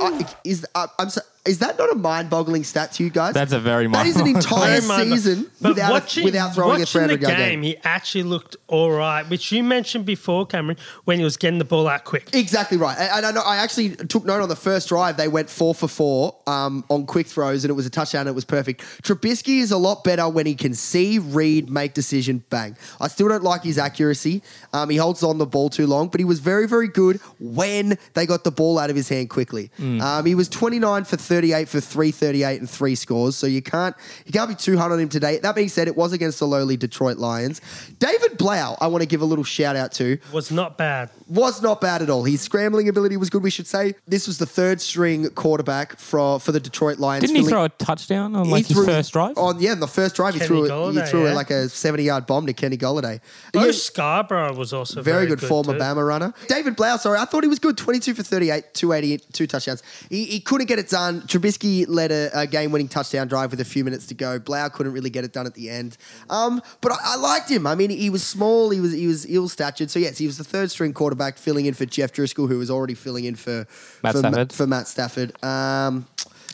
Speaker 2: Uh, is uh, I'm so, is that not a mind-boggling stat to you guys?
Speaker 4: That's a very
Speaker 2: that is an
Speaker 4: mind-boggling-
Speaker 2: entire
Speaker 1: Bear Mother-
Speaker 2: season without, a- without throwing a
Speaker 1: watching
Speaker 2: 300
Speaker 1: the
Speaker 2: yard
Speaker 1: game,
Speaker 2: game.
Speaker 1: he actually looked all right, which you mentioned before, Cameron, when he was getting the ball out quick.
Speaker 2: Exactly right. And and I, know, I actually took note on the first drive, they went four for four um, on quick throws, and it was a touchdown. And it was perfect. Trubisky is a lot better when he can see, read, make decision, bang. I still don't like his accuracy. Um, he holds on the ball too long, but he was very, very good when they got the ball out of his hand quickly. Um, he was 29 for 38 for 338 and three scores. So you can't you can't be too hard on him today. That being said, it was against the lowly Detroit Lions. David Blau, I want to give a little shout out to
Speaker 1: Was not bad.
Speaker 2: was not bad at all. His scrambling ability was good, we should say. This was the third string quarterback for, for the Detroit Lions.
Speaker 4: Didn't he
Speaker 2: Philly-
Speaker 4: throw a touchdown on like his
Speaker 2: threw-
Speaker 4: first drive?
Speaker 2: On, yeah, in the first drive, he
Speaker 1: Kenny
Speaker 2: threw, a, he
Speaker 1: Golladay,
Speaker 2: threw a-
Speaker 1: yeah.
Speaker 2: like a 70 yard bomb to Kenny Golladay.
Speaker 1: Bo
Speaker 2: Yeah,
Speaker 1: Scarborough was also
Speaker 2: very,
Speaker 1: very,
Speaker 2: good, former
Speaker 1: too.
Speaker 2: Bama runner. David Blau, sorry, I thought he was good. 22 for 38, 280, two touchdowns. He, he couldn't get it done. Trubisky led a, a game winning touchdown drive with a few minutes to go. Blau couldn't really get it done at the end. Um, but I, I liked him. I mean, he was small, he was he was ill statured. So, yes, he was the third string quarterback filling in for Jeff Driscoll, who was already filling in for
Speaker 4: Matt
Speaker 2: for, Ma-
Speaker 4: Stafford.
Speaker 2: for Matt Stafford. Um,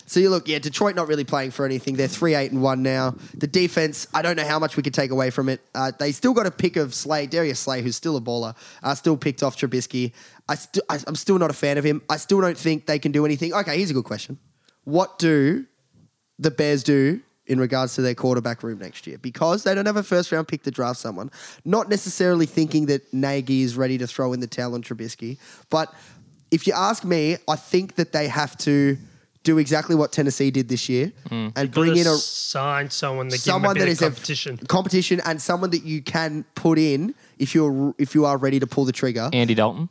Speaker 2: so you look, yeah, Detroit not really playing for anything. They're three eight and one now. The defense, I don't know how much we could take away from it. Uh, they still got a pick of Slay, Darius Slay, who's still a baller. Uh, still picked off Trubisky. I st- I, I'm still not a fan of him. I still don't think they can do anything. Okay, here's a good question: What do the Bears do in regards to their quarterback room next year because they don't have a first round pick to draft someone. Not necessarily thinking that Nagy is ready to throw in the towel on Trubisky, but if you ask me, I think that they have to do exactly what Tennessee did this year
Speaker 4: Mm.
Speaker 2: and bring
Speaker 1: Gotta
Speaker 2: in a
Speaker 1: sign someone that
Speaker 2: someone
Speaker 1: give
Speaker 2: that
Speaker 1: him a bit
Speaker 2: is
Speaker 1: of
Speaker 2: a
Speaker 1: competition.
Speaker 2: competition and someone that you can put in if you're if you are ready to pull the trigger.
Speaker 4: Andy Dalton.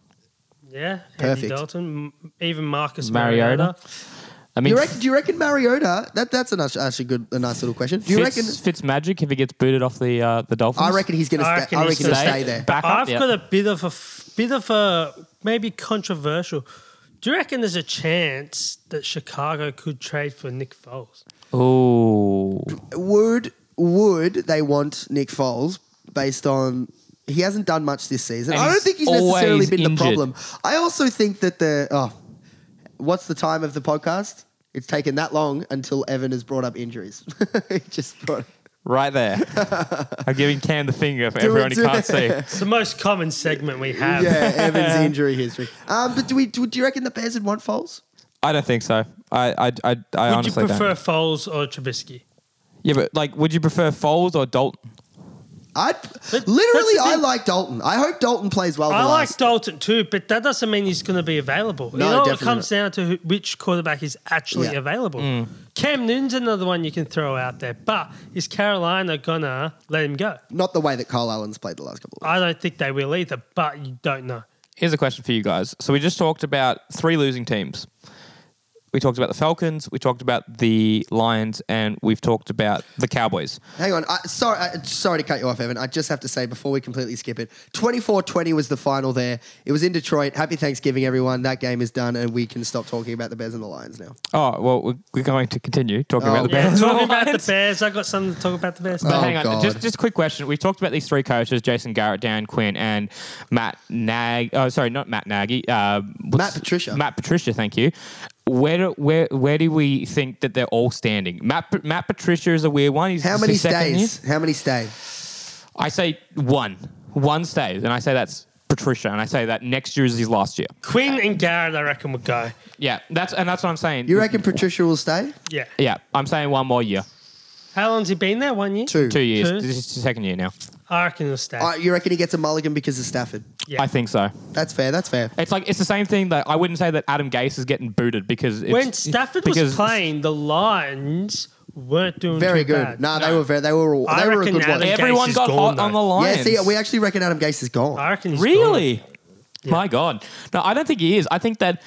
Speaker 1: yeah, Andy
Speaker 2: Perfect.
Speaker 1: Dalton, m- even Marcus
Speaker 4: Mariota.
Speaker 1: Mariota.
Speaker 4: I mean,
Speaker 2: You reckon, do you reckon Mariota? That that's a nice, actually good, a nice little question. Do you
Speaker 4: Fitz,
Speaker 2: reckon?
Speaker 4: Fitz Magic if he gets booted off the uh, the
Speaker 2: I
Speaker 4: Dolphins?
Speaker 2: reckon he's gonna.
Speaker 1: I
Speaker 2: stay,
Speaker 1: reckon
Speaker 2: I
Speaker 1: he's
Speaker 2: reckon he'll
Speaker 1: gonna
Speaker 2: stay
Speaker 4: stay.
Speaker 2: there.
Speaker 4: Back up,
Speaker 1: I've
Speaker 4: yeah.
Speaker 1: got a bit of a f- bit of a maybe controversial. Do you reckon there's a chance that Chicago could trade for Nick Foles?
Speaker 4: Ooh,
Speaker 2: would would they want Nick Foles based on he hasn't done much this season?
Speaker 4: And
Speaker 2: I don't
Speaker 4: he's
Speaker 2: think he's necessarily
Speaker 4: always
Speaker 2: been the
Speaker 4: injured.
Speaker 2: problem. I also think that the oh, what's the time of the podcast? It's taken that long until Evan has brought up injuries. he just brought.
Speaker 4: right there. I'm giving Cam the finger for
Speaker 2: Do
Speaker 4: everyone
Speaker 2: it,
Speaker 4: who
Speaker 2: do
Speaker 4: can't see.
Speaker 1: It's the most common segment we have.
Speaker 4: Um,
Speaker 2: Yeah, Evan's injury history. Um, but do we do, do you reckon the Bears would want Foles?
Speaker 4: I don't think so. I I I, I
Speaker 1: Would
Speaker 4: honestly
Speaker 1: you prefer
Speaker 4: don't.
Speaker 1: Foles or Trubisky?
Speaker 4: Yeah, but like, would you prefer Foles or Dalton?
Speaker 2: I
Speaker 1: But
Speaker 2: literally
Speaker 1: that's the
Speaker 2: I
Speaker 1: thing.
Speaker 2: like Dalton. I hope Dalton plays well.
Speaker 1: I
Speaker 2: the
Speaker 1: like
Speaker 2: last-
Speaker 1: Dalton too, but that doesn't mean he's going to be available.
Speaker 2: No,
Speaker 1: you know, it
Speaker 2: definitely
Speaker 1: comes down to who, which quarterback is actually
Speaker 2: Yeah.
Speaker 1: available.
Speaker 4: Mm.
Speaker 1: Cam Newton's another one you can throw out there, but is Carolina gonna let him go?
Speaker 2: not the way that Kyle Allen's played the last couple. of
Speaker 1: I don't think they will either, but you don't know.
Speaker 4: Here's a question for you guys. So we just talked about three losing teams. We talked about the Falcons, we talked about the Lions, and we've talked about the Cowboys.
Speaker 2: weeks. Hang on, I, sorry, I, sorry to cut you off, Evan. I just have to say before we completely skip it, 24-20 was the final. There, it was in Detroit. Happy Thanksgiving, everyone. That game is done, and we can stop talking about the Bears and the Lions now.
Speaker 4: Oh, well, we're- we're going to continue talking
Speaker 2: Oh.
Speaker 4: about the
Speaker 1: Yeah,
Speaker 4: Bears.
Speaker 1: talking about the Bears, I got something to talk about the Bears.
Speaker 4: But
Speaker 2: Oh,
Speaker 4: hang on,
Speaker 2: God.
Speaker 4: just just a quick question. We talked about these three coaches: Jason Garrett, Dan Quinn, and Matt Nag. Oh, sorry, not Matt Nagy. Uh, what's-
Speaker 2: Matt Patricia.
Speaker 4: Matt Patricia. Thank you. Where do, where where do we think that they're all standing? Matt Matt Patricia is a weird one. He's
Speaker 2: How
Speaker 4: this
Speaker 2: many
Speaker 4: is his second
Speaker 2: stays?
Speaker 4: year.
Speaker 2: How many stay?
Speaker 4: I say one, one stays, and I say that's Patricia, and I say that next year is his last year.
Speaker 1: Quinn and Garrett, I reckon, would go.
Speaker 4: Yeah, that's and that's what I'm saying.
Speaker 2: You reckon Patricia will stay?
Speaker 1: Yeah.
Speaker 4: Yeah, I'm saying one more year,
Speaker 1: How long's he been there? One year?
Speaker 2: Two.
Speaker 4: two years.
Speaker 1: Two.
Speaker 4: This is his second year now.
Speaker 1: I reckon he'll stay.
Speaker 2: Uh, you reckon he gets a mulligan because of Stafford?
Speaker 1: Yeah.
Speaker 4: I think so.
Speaker 2: That's fair. That's fair.
Speaker 4: It's like it's the same thing that I wouldn't say that Adam Gase is getting booted because it's,
Speaker 1: when Stafford was
Speaker 4: because-
Speaker 1: playing, the Lions weren't doing
Speaker 2: Very
Speaker 1: too
Speaker 2: good.
Speaker 1: Bad.
Speaker 2: Nah, they were very, they were all,
Speaker 1: I
Speaker 2: they were a
Speaker 1: reckon
Speaker 2: good
Speaker 1: Adam
Speaker 2: one.
Speaker 1: Gase
Speaker 4: Everyone
Speaker 1: is
Speaker 4: got
Speaker 1: gone,
Speaker 4: hot on
Speaker 1: though.
Speaker 4: the
Speaker 2: Yeah,
Speaker 4: Lions.
Speaker 2: see, we actually reckon Adam Gase is gone.
Speaker 1: I reckon he's
Speaker 4: really. My God. No, I don't think he is. I think that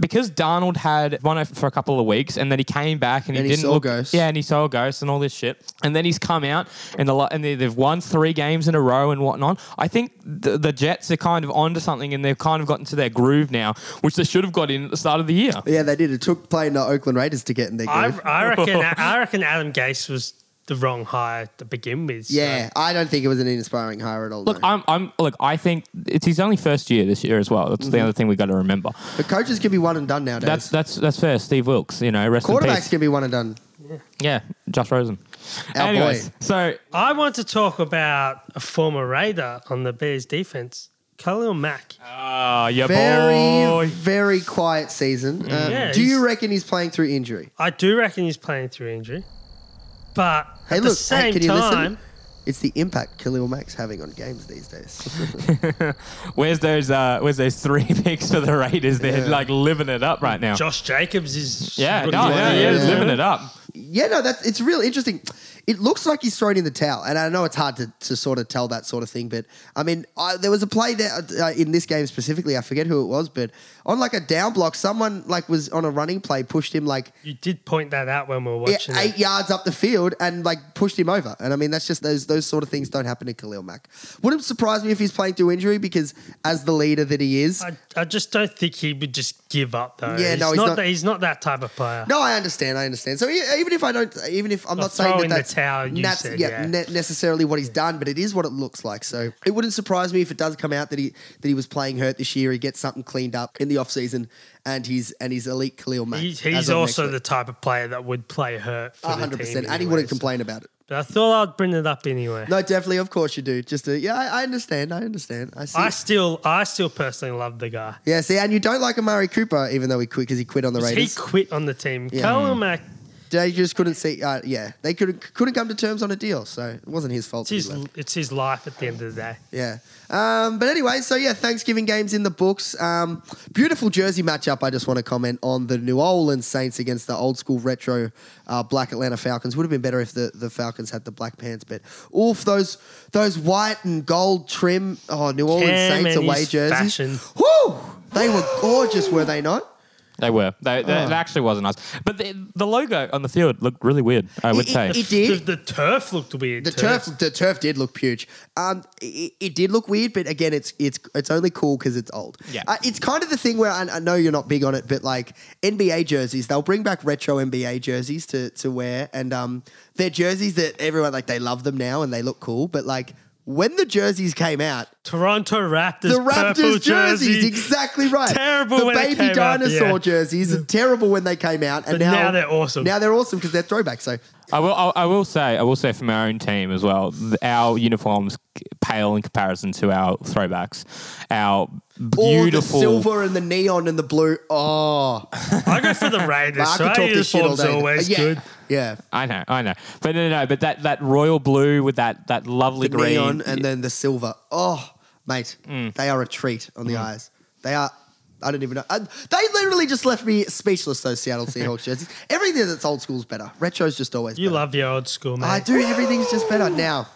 Speaker 4: because Donald had one for a couple of weeks and then he came back and,
Speaker 2: And he
Speaker 4: he didn't
Speaker 2: saw
Speaker 4: look,
Speaker 2: ghosts.
Speaker 4: Yeah, and he saw ghosts and all this shit. And then he's come out and the, lo- and they, they've won three games in a row and whatnot. I think the, the Jets are kind of onto something and they've kind of gotten to their groove now, which they should have got in at the start of the year.
Speaker 2: Yeah, they did. It took playing the Oakland Raiders to get in their
Speaker 1: I,
Speaker 2: groove.
Speaker 1: I reckon I reckon Adam Gase was the wrong hire to begin with. so-
Speaker 2: yeah, I don't think it was an inspiring hire at all.
Speaker 4: Look,
Speaker 2: no.
Speaker 4: I'm, I'm. Look, I think it's his only first year this year as well. That's
Speaker 2: Mm-hmm.
Speaker 4: the other thing we got to remember.
Speaker 2: but coaches can be one and done nowadays.
Speaker 4: That's that's that's fair. Steve Wilkes, you know, rest in
Speaker 2: Quarterbacks
Speaker 4: peace.
Speaker 2: can be one and done.
Speaker 4: Yeah, Josh Rosen.
Speaker 2: Our
Speaker 4: Anyways,
Speaker 2: boy.
Speaker 4: so
Speaker 1: I want to talk about a former Raider on the Bears defense, Khalil Mack.
Speaker 4: ah, yeah,
Speaker 2: Very,
Speaker 4: boy.
Speaker 2: very quiet season. Uh,
Speaker 1: Mm. Yeah,
Speaker 2: do you
Speaker 1: he's-
Speaker 2: reckon he's playing through injury?
Speaker 1: I do reckon he's playing through injury, but
Speaker 2: Hey,
Speaker 1: at
Speaker 2: look,
Speaker 1: the
Speaker 2: hey,
Speaker 1: same
Speaker 2: can you listen?
Speaker 1: time,
Speaker 2: It's the impact Khalil Mack's having on games these days.
Speaker 4: Where's those? Uh, where's those three picks for the Raiders? They're like living it up right now.
Speaker 1: Josh Jacobs is
Speaker 4: yeah,
Speaker 1: good
Speaker 4: no,
Speaker 1: player.
Speaker 4: yeah, yeah,
Speaker 2: Yeah.
Speaker 4: living it up.
Speaker 2: yeah, no, that's it's real interesting. It looks like he's thrown in the towel, and I know it's hard to, to sort of tell that sort of thing. But I mean, I, there was a play there uh, in this game specifically. I forget who it was, but on like a down block, someone like was on a running play, pushed him like
Speaker 1: You did point that out when we were
Speaker 2: yeah,
Speaker 1: watching.
Speaker 2: eight
Speaker 1: it.
Speaker 2: yards up the field and like pushed him over. And I mean, that's just those those sort of things don't happen to Khalil Mack. Wouldn't surprise me if he's playing through injury because as the leader that he is,
Speaker 1: I, I just don't think he would just give up though.
Speaker 2: Yeah, no, he's not-
Speaker 1: that, he's not that type of player.
Speaker 2: No, I understand. I understand. So e- even if I don't, even if I'm not saying
Speaker 1: throw
Speaker 2: that
Speaker 1: in the
Speaker 2: that's,
Speaker 1: towel, you
Speaker 2: that's-
Speaker 1: said, yeah.
Speaker 2: ne- necessarily what he's done, but it is what it looks like. So it wouldn't surprise me if it does come out that he that he was playing hurt this year. He gets something cleaned up in the off season, and he's and he's elite Khalil Mack.
Speaker 1: He's,
Speaker 2: as
Speaker 1: he's
Speaker 2: of
Speaker 1: also
Speaker 2: next
Speaker 1: the
Speaker 2: week.
Speaker 1: type of player that would play hurt for the
Speaker 2: 100%,
Speaker 1: team.
Speaker 2: and he
Speaker 1: anyways.
Speaker 2: wouldn't complain about it.
Speaker 1: But I thought I'd bring it up anyway.
Speaker 2: No, definitely, of course you do. Just a, yeah, I, I understand. I understand. I see.
Speaker 1: I still, I still personally love the guy.
Speaker 2: yeah, see, and you don't like Amari Cooper, even though he quit because he quit on the
Speaker 1: He
Speaker 2: Raiders.
Speaker 1: quit on the team. Khalil Mack,
Speaker 2: They just couldn't see. Uh, yeah, they couldn't couldn't come to terms on a deal, so it wasn't his fault.
Speaker 1: it's
Speaker 2: that he left.
Speaker 1: his, it's his life at the end of the day.
Speaker 2: Yeah. Um, but anyway, so yeah, Thanksgiving games in the books. Um, beautiful jersey matchup. I just want to comment on the New Orleans Saints against the old school retro uh, black Atlanta Falcons. Would have been better if the, the Falcons had the black pants, but oof, those those white and gold trim oh New Orleans
Speaker 1: Cam
Speaker 2: Saints
Speaker 1: and
Speaker 2: away
Speaker 1: his
Speaker 2: jerseys.
Speaker 1: fashion.
Speaker 2: Woo! They were gorgeous, were they not?
Speaker 4: They were. They, they,
Speaker 2: Oh.
Speaker 4: It actually wasn't us. But the, the logo on the field looked really weird. I would
Speaker 2: It-
Speaker 4: say.
Speaker 2: it-
Speaker 1: The,
Speaker 2: did.
Speaker 1: the turf looked weird.
Speaker 2: The
Speaker 1: too.
Speaker 2: turf, the turf did look huge. Um, it, it did look weird, but again, it's it's it's only cool because it's old.
Speaker 4: Yeah.
Speaker 2: uh, it's kind of the thing where I, I know you're not big on it, but like NBA jerseys, they'll bring back retro NBA jerseys to to wear, and um, they're jerseys that everyone like they love them now and they look cool, but like. When the jerseys came out,
Speaker 1: Toronto Raptors,
Speaker 2: the
Speaker 1: purple
Speaker 2: Raptors jerseys,
Speaker 1: jersey.
Speaker 2: exactly right.
Speaker 1: Terrible
Speaker 2: The
Speaker 1: when they
Speaker 2: baby
Speaker 1: came out,
Speaker 2: dinosaur
Speaker 1: yeah.
Speaker 2: jerseys are terrible when they came out, and
Speaker 1: But now they're awesome.
Speaker 2: Now they're awesome because they're throwback. So
Speaker 4: I will. I, I will say. I will say from our own team as well. th- Our uniforms pale in comparison to our throwbacks, our
Speaker 2: Or
Speaker 4: beautiful.
Speaker 2: the silver and the neon and the blue. Oh,
Speaker 1: I go for the
Speaker 2: I
Speaker 1: Raiders. so
Speaker 2: could
Speaker 1: our
Speaker 2: talk this shit all
Speaker 1: uniform's
Speaker 2: day.
Speaker 1: always
Speaker 2: yeah.
Speaker 1: good.
Speaker 2: Yeah.
Speaker 4: I know, I know, but no, no, no, but that that royal blue with that that lovely
Speaker 2: The
Speaker 4: green, Mm.
Speaker 2: neon and then the silver. Oh, mate, they are a treat on the eyes. They are. I don't even know. I, they literally just left me speechless. Those Seattle Seahawks jerseys. Everything that's old school's better. Retro's just always.
Speaker 1: You
Speaker 2: better.
Speaker 1: love your old school, mate.
Speaker 2: I do. Everything's just better now.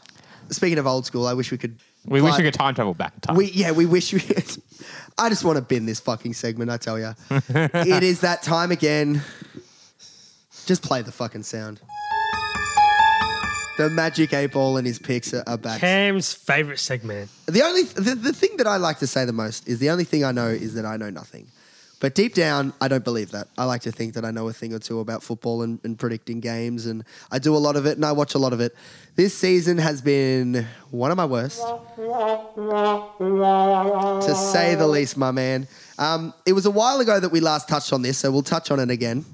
Speaker 2: Speaking of old school, I wish we could.
Speaker 4: we wish
Speaker 2: fly-
Speaker 4: we could time travel back in time.
Speaker 2: We yeah, we wish we. I just want to bin this fucking segment. I tell you, it is that time again. Just play the fucking sound. The magic eight ball and his picks are, are back.
Speaker 1: Cam's favorite segment.
Speaker 2: The only the, the thing that I like to say the most is the only thing I know is that I know nothing. But deep down, I don't believe that. I like to think that I know a thing or two about football and, and predicting games, and I do a lot of it and I watch a lot of it. This season has been one of my worst, to say the least, my man. Um, it was a while ago that we last touched on this, so we'll touch on it again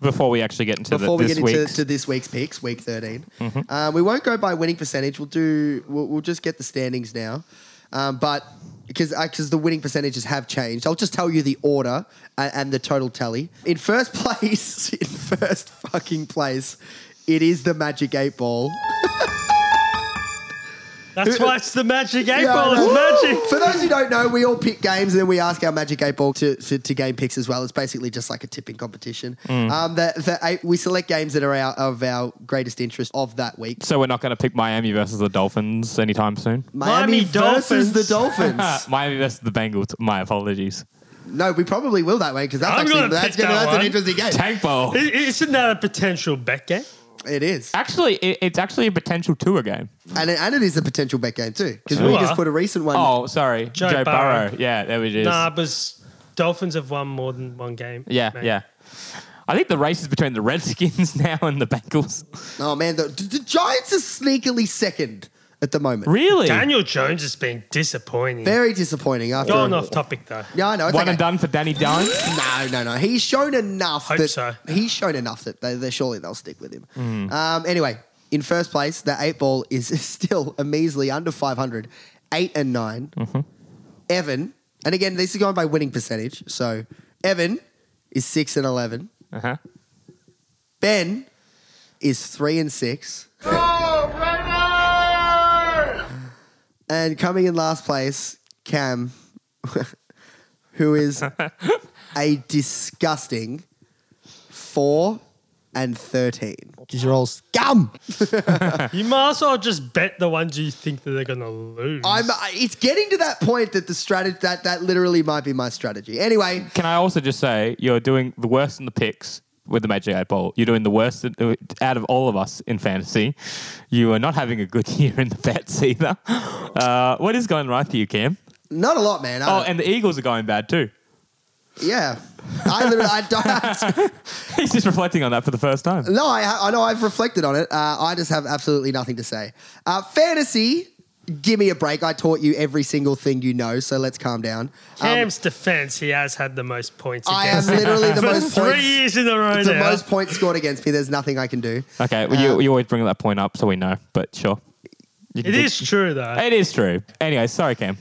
Speaker 4: before we actually get into
Speaker 2: before
Speaker 4: the,
Speaker 2: we
Speaker 4: this
Speaker 2: get into
Speaker 4: week's-
Speaker 2: to this week's picks, week 13.
Speaker 1: Mm-hmm.
Speaker 2: Uh, we won't go by winning percentage. We'll do. We'll, we'll just get the standings now, um, but because because the winning percentages have changed, I'll just tell you the order and, and the total tally. In first place, in first fucking place, it is the Magic Eight Ball.
Speaker 1: That's why it's the magic eight
Speaker 2: Yeah, I
Speaker 1: ball.
Speaker 2: know.
Speaker 1: It's magic.
Speaker 2: For those who don't know, we all pick games and then we ask our Magic Eight Ball to, to, to game picks as well. It's basically just like a tipping competition.
Speaker 1: Mm.
Speaker 2: Um, the, the eight, we select games that are our, of our greatest interest of that week.
Speaker 4: so we're not going to pick Miami versus the Dolphins anytime soon. Ah,
Speaker 2: Miami,
Speaker 1: Miami
Speaker 2: versus
Speaker 1: Dolphins.
Speaker 2: the Dolphins.
Speaker 4: Miami versus the Bengals. My apologies.
Speaker 2: no, we probably will that way because that's
Speaker 1: I'm
Speaker 2: actually
Speaker 1: gonna
Speaker 2: that's,
Speaker 1: pick that
Speaker 2: that's an
Speaker 1: one.
Speaker 2: interesting game.
Speaker 4: Tank bowl.
Speaker 1: It- Isn't that a potential bet game?
Speaker 2: It is,
Speaker 4: Actually, it, it's actually a potential tour game.
Speaker 2: and it, and it is a potential bet game too because we
Speaker 1: Sure.
Speaker 2: just put a recent one.
Speaker 4: Oh, sorry, Joe,
Speaker 1: Joe
Speaker 4: Burrow.
Speaker 1: Burrow.
Speaker 4: Yeah, there it is.
Speaker 1: Nah, but Dolphins have won more than one game.
Speaker 4: yeah,
Speaker 1: mate.
Speaker 4: yeah. I think the race is between the Redskins now and the Bengals.
Speaker 2: Oh, man, the, the Giants are sneakily second at the moment.
Speaker 4: Really?
Speaker 1: Daniel Jones has been disappointing.
Speaker 2: Very disappointing. After
Speaker 1: Going off topic though.
Speaker 2: yeah, I know. It's
Speaker 4: One
Speaker 2: okay.
Speaker 4: and done for Danny Dunn.
Speaker 2: No, no, no. He's shown enough.
Speaker 1: Hope
Speaker 2: that,
Speaker 1: so. Mm.
Speaker 2: He's shown enough that they, they surely they'll stick with him. Um, anyway, in first place, the eight ball is still a measly under 500, eight and 9
Speaker 1: Mm-hmm.
Speaker 2: Evan, and again, this is going by winning percentage. So Evan is six and 11.
Speaker 4: Uh-huh.
Speaker 2: Ben is three and six. And coming in last place, Cam, who is a disgusting four and 13. Because you're all scum.
Speaker 1: You might as well just bet the ones you think that they're gonna lose.
Speaker 2: I'm, um, uh, it's getting to that point that the strategy, that, that literally might be my strategy. Anyway,
Speaker 4: Can I also just say you're doing the worst in the picks with the Magic Eight Ball. You're doing the worst in- uh, out of all of us in fantasy. You are not having a good year in the bets either. Uh, what is going right for you, Cam?
Speaker 2: not a lot, man. I
Speaker 4: Oh,
Speaker 2: don't-
Speaker 4: and the Eagles are going bad too.
Speaker 2: yeah. I literally, I don't.
Speaker 4: He's just reflecting on that for the first time.
Speaker 2: No, I, ha- I know I've reflected on it. Uh, I just have absolutely nothing to say. Uh, fantasy, give me a break. I taught you every single thing you know, so let's calm down. Um,
Speaker 1: Cam's defense, he has had the most points.
Speaker 2: I am
Speaker 1: against him.
Speaker 2: literally the
Speaker 1: For
Speaker 2: most
Speaker 1: three
Speaker 2: points.
Speaker 1: years in a row
Speaker 2: the
Speaker 1: now.
Speaker 2: most points scored against me. There's nothing I can do.
Speaker 4: Okay, well,
Speaker 2: uh,
Speaker 4: you, you always bring that point up, so we know. But sure, You can
Speaker 1: it
Speaker 4: do-
Speaker 1: is true though.
Speaker 4: It is true. Anyway, sorry, Cam.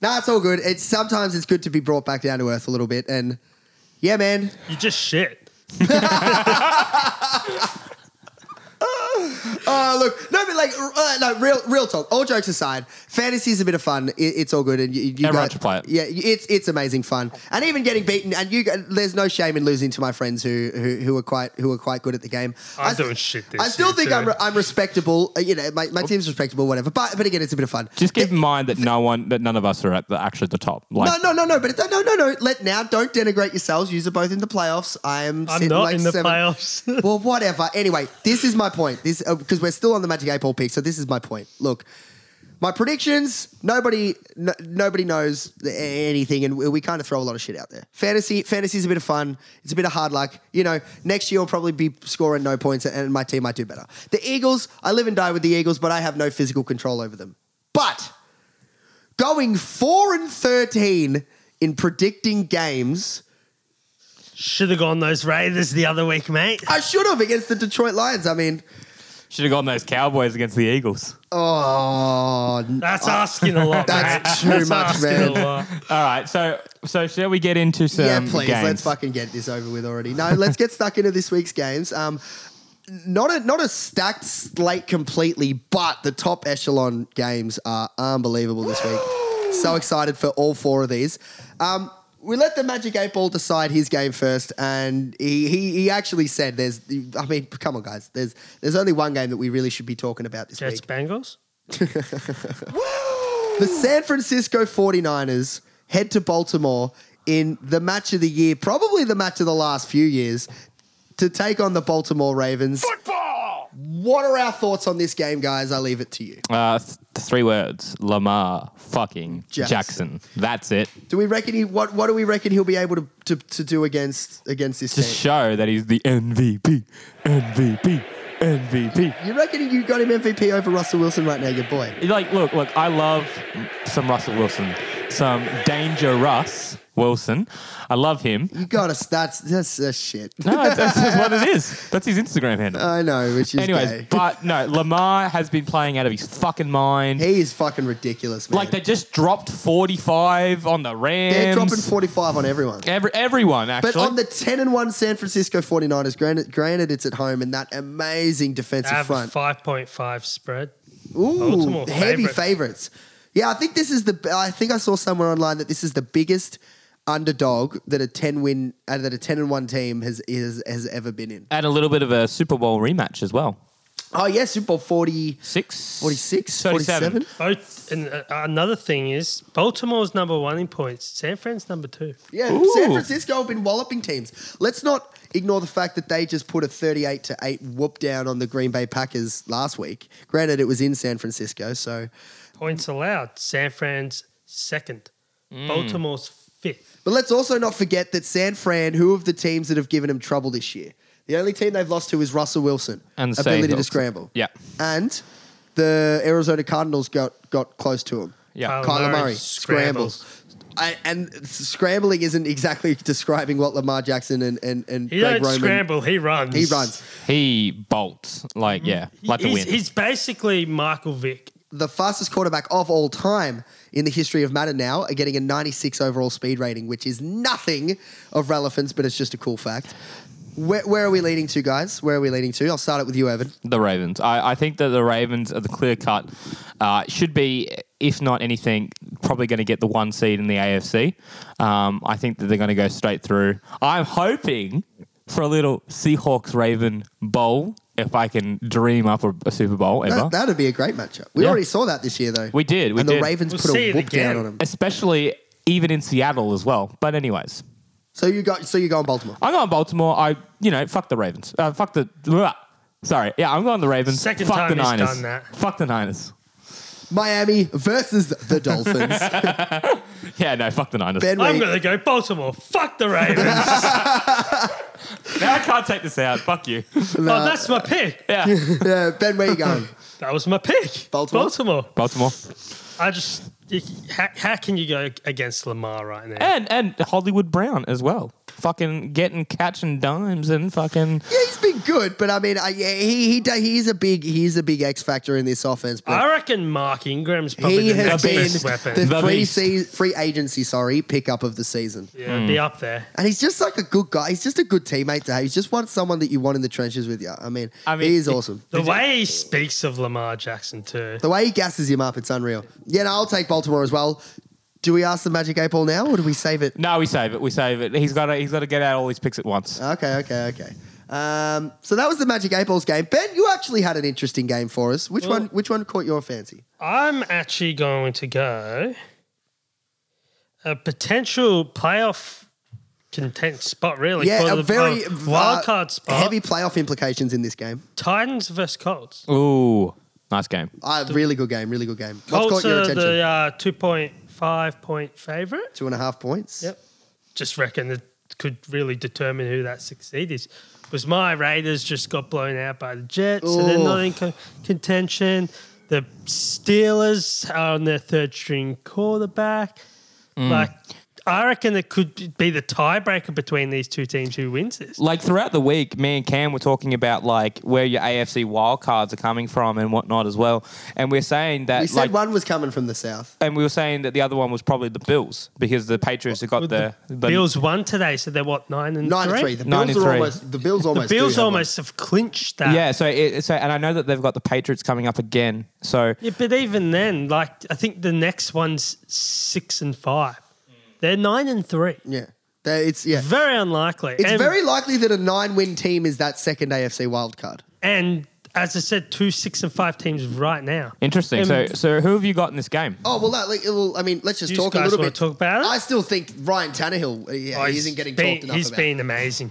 Speaker 2: No, it's all good. It's sometimes it's good to be brought back down to earth a little bit. And yeah, man,
Speaker 1: You just shit.
Speaker 2: Uh, look, no, but like, uh, no, real, real talk. All jokes aside, fantasy's a bit of fun. It, it's all good, and you, you
Speaker 4: Everyone
Speaker 2: guys-
Speaker 4: should play it.
Speaker 2: Yeah, you- it's it's amazing fun, and even getting beaten. And you, g- there's no shame in losing to my friends who who, who are quite who are quite good at the game. st-
Speaker 1: I'm doing shit this
Speaker 2: I still
Speaker 1: year,
Speaker 2: think
Speaker 1: too.
Speaker 2: I'm, re- I'm respectable. Uh, You know, my, my team's respectable, whatever. But but again, it's a bit of fun.
Speaker 4: Just keep in mind that no one, that none of us are at the actually the top. Like,
Speaker 2: No, no, no, no, but it- no, no, no. Let now, don't denigrate yourselves. Yous are both in the playoffs. I am.
Speaker 1: I'm
Speaker 2: sitting
Speaker 1: not
Speaker 2: like
Speaker 1: in the
Speaker 2: seven-
Speaker 1: playoffs.
Speaker 2: well, whatever. Anyway, this is my point. This because we're still on the Magic Eight Ball pick, so this is my point. Look, my predictions. Nobody, no, nobody knows th- anything, and we, we kind of throw a lot of shit out there. Fantasy, fantasy's a bit of fun. It's a bit of hard luck. You know, next year I'll probably be scoring no points, and my team might do better. The Eagles. I live and die with the Eagles, but I have no physical control over them. But going four and thirteen in predicting games.
Speaker 1: Should have gone those Raiders the other week, mate.
Speaker 2: I should have against the Detroit Lions. I mean,
Speaker 4: Should have gone those Cowboys against the Eagles.
Speaker 2: Oh, n-
Speaker 1: That's asking a lot.
Speaker 2: That's
Speaker 1: man.
Speaker 2: too much,
Speaker 1: asking
Speaker 2: man.
Speaker 1: a lot.
Speaker 4: All right, so so shall we get into some
Speaker 2: yeah, please.
Speaker 4: games?
Speaker 2: Let's fucking get this over with already. No, let's get stuck into this week's games. Um, not a not a stacked slate completely, but the top echelon games are unbelievable this week. So excited for all four of these. Um, we let the Magic Eight Ball decide his game first, and he, he he actually said, "There's, I mean, come on, guys. There's there's only one game that we really should be talking about this
Speaker 1: Jets
Speaker 2: week."
Speaker 1: Bengals.
Speaker 2: The San Francisco 49ers head to Baltimore in the match of the year, probably the match of the last few years, to take on the Baltimore Ravens.
Speaker 5: Football!
Speaker 2: What are our thoughts on this game, guys? I leave it to you.
Speaker 4: Uh, th- three words: Lamar fucking
Speaker 2: Jackson.
Speaker 4: Jackson. That's it.
Speaker 2: Do we reckon he what what do we reckon he'll be able to, to, to do against against this
Speaker 4: To
Speaker 2: team?
Speaker 4: show that he's the MVP, MVP, MVP.
Speaker 2: you reckon you got him MVP over Russell Wilson right now, your boy?
Speaker 4: Like, look, look. I love some Russell Wilson, some Danger Russ Wilson. I love him.
Speaker 2: You got us. That's that's uh, shit.
Speaker 4: No, that's, that's just what it is. That's his Instagram handle.
Speaker 2: I know, which is
Speaker 4: Anyways,
Speaker 2: gay.
Speaker 4: but no, Lamar has been playing out of his fucking mind.
Speaker 2: he is fucking ridiculous, man.
Speaker 4: like they just dropped 45 on the Rams.
Speaker 2: They're dropping 45 on everyone.
Speaker 4: Every, everyone actually.
Speaker 2: But on the 10 and 1 San Francisco 49ers, granted, granted it's at home and that amazing
Speaker 1: They
Speaker 2: defensive
Speaker 1: have a
Speaker 2: front.
Speaker 1: 5.5 spread.
Speaker 2: Ooh,
Speaker 1: Baltimore
Speaker 2: heavy
Speaker 1: favourite.
Speaker 2: favorites. Yeah, I think this is the I think I saw somewhere online that this is the biggest underdog that a 10 win uh, that a 10 and 1 team has is has ever been in.
Speaker 4: and a little bit of a Super Bowl rematch as well.
Speaker 2: Oh, yeah, Super Bowl 40
Speaker 4: Six,
Speaker 2: 46, 47.
Speaker 4: 37.
Speaker 1: Both, and uh, another thing is Baltimore's number one in points. San Fran's number two.
Speaker 2: Yeah,
Speaker 4: Ooh.
Speaker 2: San Francisco have been walloping teams. Let's not ignore the fact that they just put a 38 to 8 whoop down on the Green Bay Packers last week. Granted it was in San Francisco, so
Speaker 1: Points allowed. San Fran's second.
Speaker 4: Mm.
Speaker 1: Baltimore's fifth.
Speaker 2: But let's also not forget that San Fran, who of the teams that have given him trouble this year? The only team they've lost to is Russell Wilson.
Speaker 4: And the
Speaker 2: ability
Speaker 4: Seahawks.
Speaker 2: to scramble.
Speaker 4: Yeah.
Speaker 2: And the Arizona Cardinals got, got close to him.
Speaker 4: Yeah.
Speaker 1: Kyler
Speaker 2: Kyler
Speaker 1: Murray
Speaker 2: Murray scrambles.
Speaker 1: scrambles.
Speaker 2: I, and s- scrambling isn't exactly describing what Lamar Jackson and, and, and
Speaker 1: He
Speaker 2: Greg
Speaker 1: don't
Speaker 2: Roman.
Speaker 1: scramble. He runs.
Speaker 2: He runs.
Speaker 4: He bolts. Like, yeah, like the
Speaker 1: he's,
Speaker 4: win.
Speaker 1: he's basically Michael Vick.
Speaker 2: The fastest quarterback of all time in the history of Madden now are getting a 96 overall speed rating, which is nothing of relevance, but it's just a cool fact. Where, where are we leading to, guys? Where are we leading to? I'll start it with you, Evan.
Speaker 4: The Ravens. I, I think that the Ravens are the clear cut. Uh, should be, if not anything, probably going to get the one seed in the AFC. Um, I think that they're going to go straight through. I'm hoping for a little Seahawks Raven bowl if I can dream up a, a Super Bowl ever.
Speaker 2: That, would be a great matchup. We
Speaker 4: Yeah.
Speaker 2: already saw that this year, though.
Speaker 4: We did, we
Speaker 2: and the
Speaker 4: did.
Speaker 2: Ravens
Speaker 1: We'll
Speaker 2: put
Speaker 1: see
Speaker 2: a
Speaker 1: it
Speaker 2: whoop down
Speaker 1: again.
Speaker 2: on them.
Speaker 4: Especially even in Seattle as well. But anyways,
Speaker 2: So you got, so you go on Baltimore.
Speaker 4: I'm going Baltimore. I you know fuck the Ravens. Uh, fuck the. blah. Sorry, yeah, I'm going the Ravens.
Speaker 1: Second
Speaker 4: fuck
Speaker 1: time
Speaker 4: the
Speaker 1: he's
Speaker 4: Niners.
Speaker 1: done that.
Speaker 4: Fuck the Niners.
Speaker 2: Miami versus the Dolphins.
Speaker 4: Yeah, no, fuck the Niners.
Speaker 2: ben
Speaker 1: I'm
Speaker 2: Reed.
Speaker 1: going to go Baltimore. Fuck the Ravens.
Speaker 4: Now I can't take this out. Fuck you.
Speaker 1: oh, that's my pick.
Speaker 4: Yeah,
Speaker 2: Yeah, ben, where you going?
Speaker 1: That was my pick.
Speaker 2: Baltimore?
Speaker 1: Baltimore.
Speaker 4: Baltimore.
Speaker 1: I just, how, how can you go against Lamar right now?
Speaker 4: And and Hollywood Brown as well. Fucking getting catching dimes and fucking.
Speaker 2: Yeah, he's been good, but I mean, I, yeah, he he da- he's a big he's a big X factor in this offense. But
Speaker 1: I reckon Mark Ingram's probably
Speaker 2: he
Speaker 1: the
Speaker 2: has
Speaker 1: next
Speaker 2: been
Speaker 1: best weapon.
Speaker 2: the,
Speaker 4: The
Speaker 2: free
Speaker 4: beast.
Speaker 2: se- free agency, sorry, pickup of the season.
Speaker 1: yeah, it'd be up there.
Speaker 2: And he's just like a good guy. He's just a good teammate to have. He's just want someone that you want in the trenches with you. I mean,
Speaker 4: I mean,
Speaker 2: he is awesome.
Speaker 1: The way he speaks of Lamar Jackson too.
Speaker 2: The way he gasses him up, it's unreal. Yeah, no, I'll take Baltimore as well. Do we ask the Magic Eight Ball now, or do we save it?
Speaker 4: No, we save it. We save it. He's got to. He's got to get out all these picks at once.
Speaker 2: Okay, okay, okay. Um, so that was the Magic Eight Balls game. Ben, you actually had an interesting game for us. Which one? Which one caught your fancy?
Speaker 1: I'm actually going to go a potential playoff content spot, really.
Speaker 2: Yeah,
Speaker 1: for
Speaker 2: a
Speaker 1: the
Speaker 2: very
Speaker 1: uh,
Speaker 2: v-
Speaker 1: wild
Speaker 2: uh,
Speaker 1: card spot.
Speaker 2: Heavy playoff implications in this game.
Speaker 1: Titans versus Colts.
Speaker 4: Ooh, nice game.
Speaker 2: Uh, really good game. Really good game. What's
Speaker 1: Colts
Speaker 2: caught your
Speaker 1: are
Speaker 2: attention?
Speaker 1: the uh, two point five point favorite.
Speaker 2: Two and a half points.
Speaker 1: Yep. Just reckon that could really determine who that succeed is. Was my Raiders just got blown out by the Jets, so they're not in co- contention. The
Speaker 2: Mm.
Speaker 1: Steelers are on their third string quarterback. Like, I reckon it could be the tiebreaker between these two teams who wins this.
Speaker 4: like throughout the week, me and Cam were talking about like where your AFC wildcards are coming from and whatnot as well. And we're saying that
Speaker 2: We said
Speaker 4: like
Speaker 2: one was coming from the south.
Speaker 4: and we were saying that the other one was probably the Bills because the Patriots have got the, the
Speaker 1: Bills won today, so they're what nine and
Speaker 2: Nine and three. The Bills are
Speaker 4: 93.
Speaker 2: almost. The Bills
Speaker 1: The
Speaker 2: almost. do
Speaker 1: Bills
Speaker 2: have one.
Speaker 1: almost have clinched that.
Speaker 4: Yeah, so it, so and I know that they've got the Patriots coming up again. So
Speaker 1: Yeah, but even then, like I think the next one's six and five.
Speaker 2: Mm.
Speaker 1: They're nine and three.
Speaker 2: Yeah, they, it's yeah.
Speaker 1: Very unlikely.
Speaker 2: It's
Speaker 1: and,
Speaker 2: very likely that a nine-win team is that second AFC wildcard.
Speaker 1: and as I said, two six and five teams right now.
Speaker 4: interesting. So
Speaker 1: Um,
Speaker 4: so who have you got in this game?
Speaker 2: Oh well, that, like, it'll- I mean, let's just
Speaker 1: You
Speaker 2: talk a
Speaker 1: guys
Speaker 2: little
Speaker 1: wanna
Speaker 2: bit.
Speaker 1: talk about it?
Speaker 2: I still think Ryan Tannehill. uh, Yeah,
Speaker 1: Oh,
Speaker 2: he
Speaker 1: he's
Speaker 2: isn't getting
Speaker 1: been,
Speaker 2: talked enough
Speaker 1: He's
Speaker 2: about.
Speaker 1: been amazing.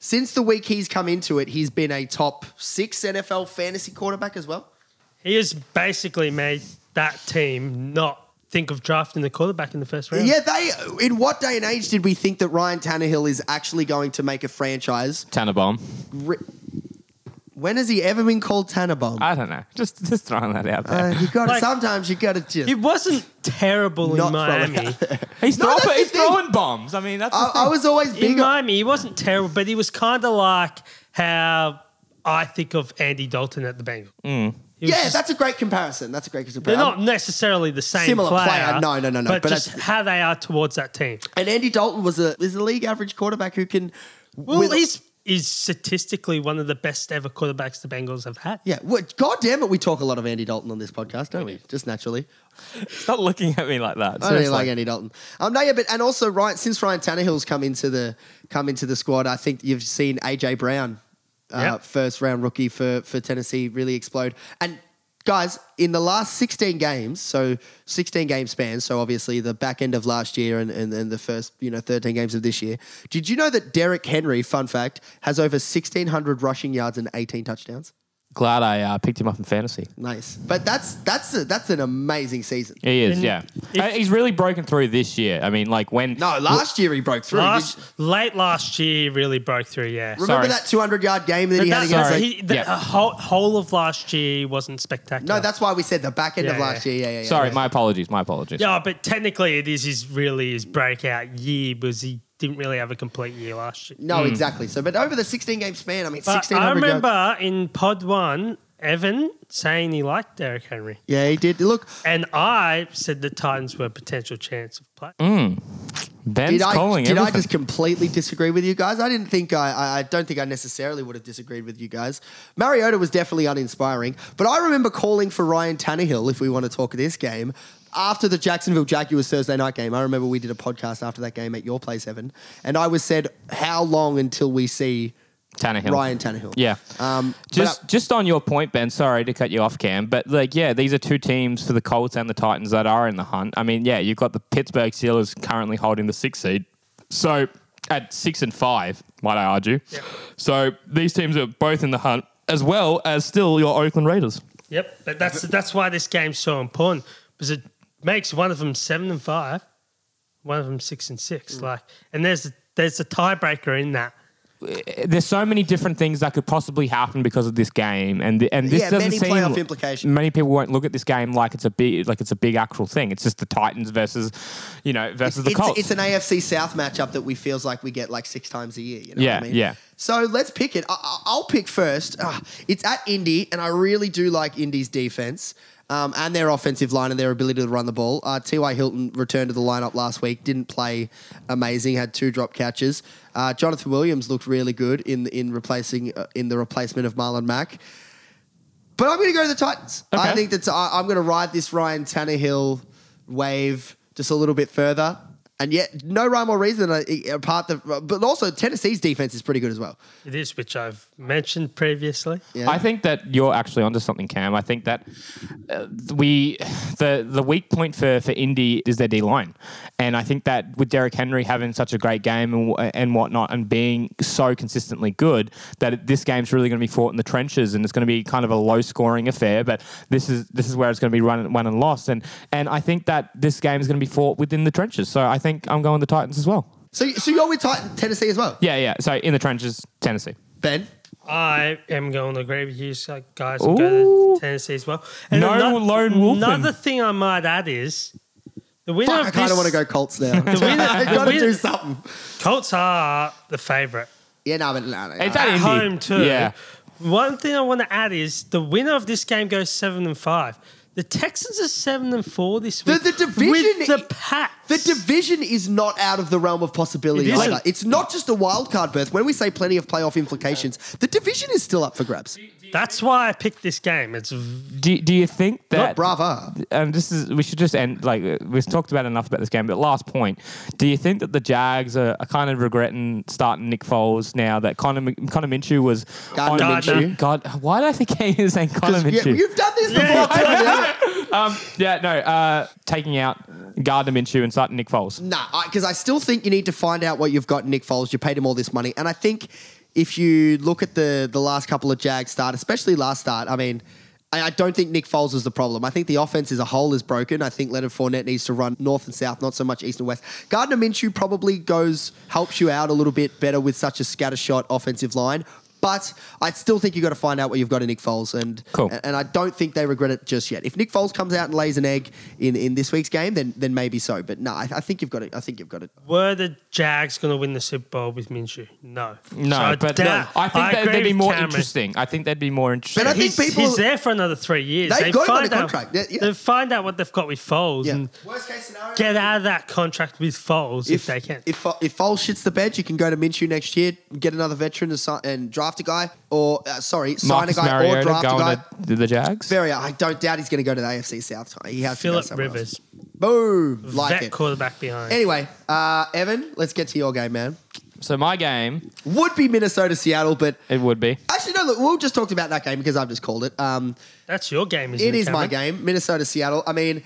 Speaker 2: Since the week he's come into it, he's been a top six NFL fantasy quarterback as well.
Speaker 1: He has basically made that team not think of drafting the quarterback in the first round.
Speaker 2: Yeah, they. In what day and age did we think that Ryan Tannehill is actually going to make a franchise?
Speaker 4: Tannenbaum.
Speaker 2: Re- When has he ever been called Tannenbaum?
Speaker 4: I don't know. Just just throwing that out
Speaker 2: Uh,
Speaker 4: there.
Speaker 2: you got. to
Speaker 1: Like-
Speaker 2: sometimes you got to just.
Speaker 1: He wasn't terrible
Speaker 2: Not
Speaker 1: in
Speaker 2: throwing
Speaker 1: Miami.
Speaker 4: he's
Speaker 2: No,
Speaker 4: throwing,
Speaker 2: that's the
Speaker 4: he's
Speaker 2: thing.
Speaker 4: throwing bombs. I mean, that's the
Speaker 2: I, I
Speaker 4: thing.
Speaker 2: was always
Speaker 1: in
Speaker 2: big. on-
Speaker 1: Miami, he wasn't terrible, but he was kind of like how I think of Andy Dalton at the Bengals. He was
Speaker 2: Yeah,
Speaker 1: just-
Speaker 2: that's a great comparison. That's a great comparison. Um,
Speaker 1: they're not necessarily the same
Speaker 2: Mm. Similar player.
Speaker 1: player.
Speaker 2: No, no, no, no,
Speaker 1: But,
Speaker 2: but
Speaker 1: just
Speaker 2: that's-
Speaker 1: how they are towards that team.
Speaker 2: And Andy Dalton was a is a league average quarterback who can.
Speaker 1: Well,
Speaker 2: with-
Speaker 1: he's is statistically one of the best ever quarterbacks the Bengals have had.
Speaker 2: Yeah, well, God damn it, we talk a lot of Andy Dalton on this podcast, don't we? Just naturally.
Speaker 4: Stop looking at me like that.
Speaker 2: I don't really
Speaker 4: Seriously.
Speaker 2: like Andy Dalton. Um, no, yeah, but and also Ryan since Ryan Tannehill's come into the come into the squad, I think you've seen AJ Brown, uh,
Speaker 1: Yep.
Speaker 2: first round rookie for for Tennessee, really explode. And guys, in the last sixteen games, so sixteen game span, so obviously the back end of last year and and, and the first you know thirteen games of this year. Did you know that Derek Henry, fun fact, has over sixteen hundred rushing yards and eighteen touchdowns?
Speaker 4: Glad I uh, picked him up in fantasy.
Speaker 2: Nice, but that's that's a, that's an amazing season.
Speaker 4: He is,
Speaker 1: And
Speaker 4: yeah.
Speaker 1: if-
Speaker 4: Uh, he's really broken through this year. I mean, like when
Speaker 2: No, last year he broke through.
Speaker 1: Last
Speaker 2: Did-
Speaker 1: late last year, he really broke through. Yeah,
Speaker 2: Remember
Speaker 4: sorry.
Speaker 2: that 200 yard game that
Speaker 1: But
Speaker 2: he had
Speaker 1: that's-
Speaker 2: against?
Speaker 4: Sorry.
Speaker 1: he- the
Speaker 4: Yeah.
Speaker 1: the whole, whole of last year wasn't spectacular.
Speaker 2: No, that's why we said the back end of
Speaker 1: Yeah,
Speaker 2: last
Speaker 1: yeah.
Speaker 2: year. Yeah, yeah. yeah.
Speaker 4: Sorry, my apologies. My apologies.
Speaker 1: yeah, but technically, it is his really his breakout year because he didn't really have a complete year last year.
Speaker 2: No, exactly. So, but over the 16 game span, I mean,
Speaker 1: But
Speaker 2: 1600.
Speaker 1: I remember
Speaker 2: yards-
Speaker 1: in Pod One, Evan saying he liked Derrick Henry,
Speaker 2: Yeah, he did. Look,
Speaker 1: and I said the Titans were a potential chance of play.
Speaker 4: Ben's
Speaker 2: did I
Speaker 4: calling
Speaker 2: did I
Speaker 4: everything.
Speaker 2: just completely disagree with you guys? I didn't think I, I. I don't think I necessarily would have disagreed with you guys. Mariota was definitely uninspiring, but I remember calling for Ryan Tannehill if we want to talk this game. After the Jacksonville Jaguars Thursday night game, I remember we did a podcast after that game at your place, Evan, and I was said, "How long until we see
Speaker 4: Tannehill.
Speaker 2: Ryan Tannehill?"
Speaker 4: Yeah.
Speaker 2: Um, but
Speaker 4: just
Speaker 2: I-
Speaker 4: just on your point, Ben. Sorry to cut you off, Cam, but like, yeah, these are two teams for the Colts and the Titans that are in the hunt. I mean, yeah, you've got the Pittsburgh Steelers currently holding the sixth seed, so at six and five, might I argue. So these teams are both in the hunt, as well as still your Oakland Raiders.
Speaker 1: Yep, but that's that's why this game's so important because it makes one of them seven and five, one of them six and six. Like, and there's there's a tiebreaker in that.
Speaker 4: there's so many different things that could possibly happen because of this game, and th- and this
Speaker 2: Yeah,
Speaker 4: doesn't
Speaker 2: many
Speaker 4: seem
Speaker 2: playoff implications.
Speaker 4: Many people won't look at this game like it's a big like it's a big actual thing. It's just the Titans versus, you know, versus the
Speaker 2: it's,
Speaker 4: Colts.
Speaker 2: it's an AFC South matchup that we feels like we get like six times a year. You know
Speaker 4: Yeah,
Speaker 2: what I mean?
Speaker 4: yeah.
Speaker 2: So let's pick it. I- I, I'll pick first. Ah, it's at Indy, and I really do like Indy's defense um, and their offensive line and their ability to run the ball. Uh, T.Y. Hilton returned to the lineup last week. Didn't play amazing. Had two drop catches. Uh, Jonathan Williams looked really good in in replacing uh, in the replacement of Marlon Mack. But I'm going to go to the Titans. I
Speaker 4: Okay.
Speaker 2: think that I- I'm going to ride this Ryan Tannehill wave just a little bit further. And yet, no rhyme or reason uh, apart the. But also, Tennessee's defense is pretty good as well.
Speaker 1: It is, which I've mentioned previously.
Speaker 2: Yeah.
Speaker 4: I think that you're actually onto something, Cam. I think that uh, we the the weak point for for Indy is their D line, and I think that with Derrick Henry having such a great game and wh- and whatnot, and being so consistently good, that it- this game's really going to be fought in the trenches, and it's going to be kind of a low scoring affair. But this is this is where it's going to be run won and lost, and and I think that this game is going to be fought within the trenches. So I think I'm going the Titans as well.
Speaker 2: So, so you're with Titan, Tennessee as well,
Speaker 4: Yeah, yeah. So in the trenches, Tennessee.
Speaker 2: Ben.
Speaker 1: I am going to agree with you so guys. and go
Speaker 4: Ooh.
Speaker 1: to Tennessee as well.
Speaker 4: No
Speaker 1: ano-
Speaker 4: lone wolfing.
Speaker 1: Another thing I might add is The winner
Speaker 2: Fuck,
Speaker 1: of
Speaker 2: I kind
Speaker 1: this-
Speaker 2: of want to go Colts now.
Speaker 1: winner-
Speaker 2: I
Speaker 1: the
Speaker 2: got to
Speaker 1: winner-
Speaker 2: do something.
Speaker 1: Colts are the favourite.
Speaker 2: Yeah, no, but no, no, no.
Speaker 4: It's at,
Speaker 1: At
Speaker 4: Indy.
Speaker 1: home too.
Speaker 4: Yeah.
Speaker 1: One thing I want to add is the winner of this game goes seven and five. The Texans are seven and four this
Speaker 2: The-
Speaker 1: week.
Speaker 2: the division
Speaker 1: with the
Speaker 2: i-
Speaker 1: Pats.
Speaker 2: The division is not out of the realm of possibility
Speaker 1: It isn't.
Speaker 2: either. It's not just a wild card berth. When we say plenty of playoff implications, the division is still up for grabs.
Speaker 1: That's why I picked this game. It's
Speaker 4: Do, do you think
Speaker 2: Not
Speaker 4: that
Speaker 2: brava.
Speaker 4: and this is we should just end like uh, we've talked about enough about this game but last point do you think that the Jags are, are kind of regretting starting Nick Foles now that Connor, Connor Minshew was
Speaker 2: Gardner
Speaker 4: on-
Speaker 1: Minshew.
Speaker 4: God why did I think I was saying Connor
Speaker 2: 'Cause, yeah,
Speaker 4: Minshew
Speaker 2: you've done this before. too, haven't you?
Speaker 4: um, yeah no uh, taking out Gardner Minshew and starting Nick Foles
Speaker 2: Nah, because I, still think you need to find out what you've got in Nick Foles. You paid him all this money, and I think if you look at the the last couple of Jag start, especially last start, I mean. I I don't think Nick Foles is the problem. I think the offense as a whole is broken. I think Leonard Fournette needs to run north and south, not so much east and west. Gardner Minshew probably goes helps you out a little bit better with such a scattershot offensive line, but I still think you got to find out what you've got in Nick Foles, and
Speaker 4: Cool.
Speaker 2: and- and I don't think they regret it just yet. If Nick Foles comes out and lays an egg in, in this week's game, then then maybe so. But no, I, I think you've got it. I think you've got it.
Speaker 1: were the Jags going to win the Super Bowl with Minshew? No.
Speaker 4: no
Speaker 1: So I
Speaker 4: but
Speaker 1: doubt-
Speaker 4: I think that,
Speaker 1: agree
Speaker 4: they'd be
Speaker 1: with
Speaker 4: more
Speaker 1: Cameron.
Speaker 4: interesting I think they'd be more interesting
Speaker 2: And I think
Speaker 1: He's,
Speaker 2: people.
Speaker 1: he's there for another three years.
Speaker 2: They've
Speaker 1: They
Speaker 2: got him
Speaker 1: find
Speaker 2: under
Speaker 1: out,
Speaker 2: contract. Yeah, yeah.
Speaker 1: They find out what they've got with Foles
Speaker 2: yeah.
Speaker 1: and
Speaker 2: Worst case scenario.
Speaker 1: get out of that contract with Foles if,
Speaker 2: if
Speaker 1: they can.
Speaker 2: If, Fo- if Foles shits the bed, you can go to Minshew next year, get another veteran and, si- and draft a guy, or uh, sorry, sign a
Speaker 4: Marcus
Speaker 2: guy or
Speaker 4: Mariota
Speaker 2: draft a guy.
Speaker 4: going to the- the Jags
Speaker 2: Very, I don't doubt he's going to go to the AFC South. He has to go
Speaker 1: Philip
Speaker 2: somewhere else.
Speaker 1: Rivers,
Speaker 2: Boom, like
Speaker 1: that
Speaker 2: it.
Speaker 1: quarterback behind.
Speaker 2: Anyway, uh, Evan, let's get to your game, man.
Speaker 4: so my game
Speaker 2: Would be Minnesota Seattle, but
Speaker 4: it would be
Speaker 2: Actually, no, look, we all just talked about that game because I've just called it. Um,
Speaker 1: That's your game, isn't it?
Speaker 2: it is my
Speaker 1: Cameron?
Speaker 2: game, Minnesota Seattle. I mean,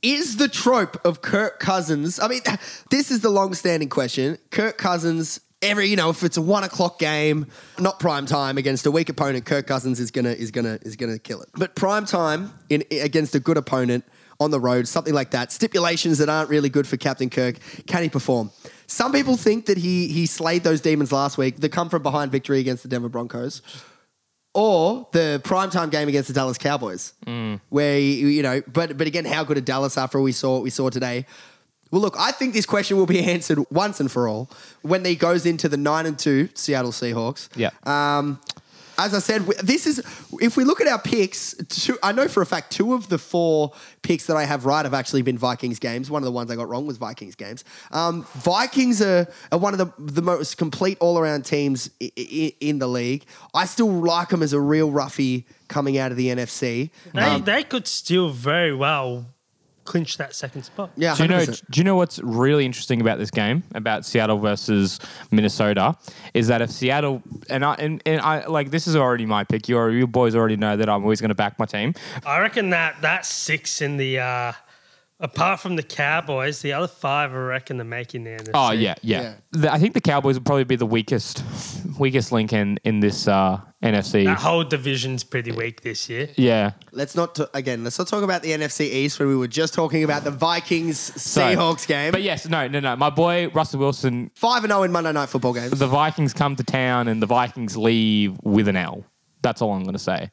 Speaker 2: is the trope of Kirk Cousins? I mean, this is the long-standing question. Kirk Cousins, every you know, if it's a one o'clock game, not prime time against a weak opponent, Kirk Cousins is gonna is gonna is gonna kill it. But prime time in against a good opponent on the road, something like that. Stipulations that aren't really good for Captain Kirk. Can he perform? Some people think that he he slayed those demons last week. The come from behind victory against the Denver Broncos or the primetime game against the Dallas Cowboys, where you you know, but but again, how good are Dallas after we saw what we saw today? Well, look, I think this question will be answered once and for all when he goes into the nine and two Seattle Seahawks.
Speaker 4: yeah
Speaker 2: Um, as I said, w- this is if we look at our picks. Two, I know for a fact two of the four picks that I have right have actually been Vikings games. One of the ones I got wrong was Vikings games. Um, Vikings are, are one of the, the most complete all around teams I- I- in the league. I still like them as a real roughie coming out of the NFC.
Speaker 1: They, they could still very well clinch that second spot.
Speaker 2: Yeah,
Speaker 4: Do you know?
Speaker 2: 100%.
Speaker 4: Do you know what's really interesting about this game, about Seattle versus Minnesota, is that if Seattle and I and, and I like this is already my pick. You are, you boys already know that I'm always going to back my team.
Speaker 1: I reckon that that six in the uh, apart from the Cowboys, the other five I reckon they're making the NFC.
Speaker 4: Oh yeah, yeah. The- I think the Cowboys would probably be the weakest, weakest link in in this uh, NFC.
Speaker 1: That whole division's pretty weak this year.
Speaker 4: yeah.
Speaker 2: Let's not t- again. Let's not talk about the NFC East where we were just talking about the Vikings
Speaker 4: So-
Speaker 2: Seahawks game.
Speaker 4: But yes, no, no, no. My boy Russell Wilson.
Speaker 2: Five and zero in Monday Night Football games.
Speaker 4: The Vikings come to town, and the Vikings leave with an L. That's all I'm going to say.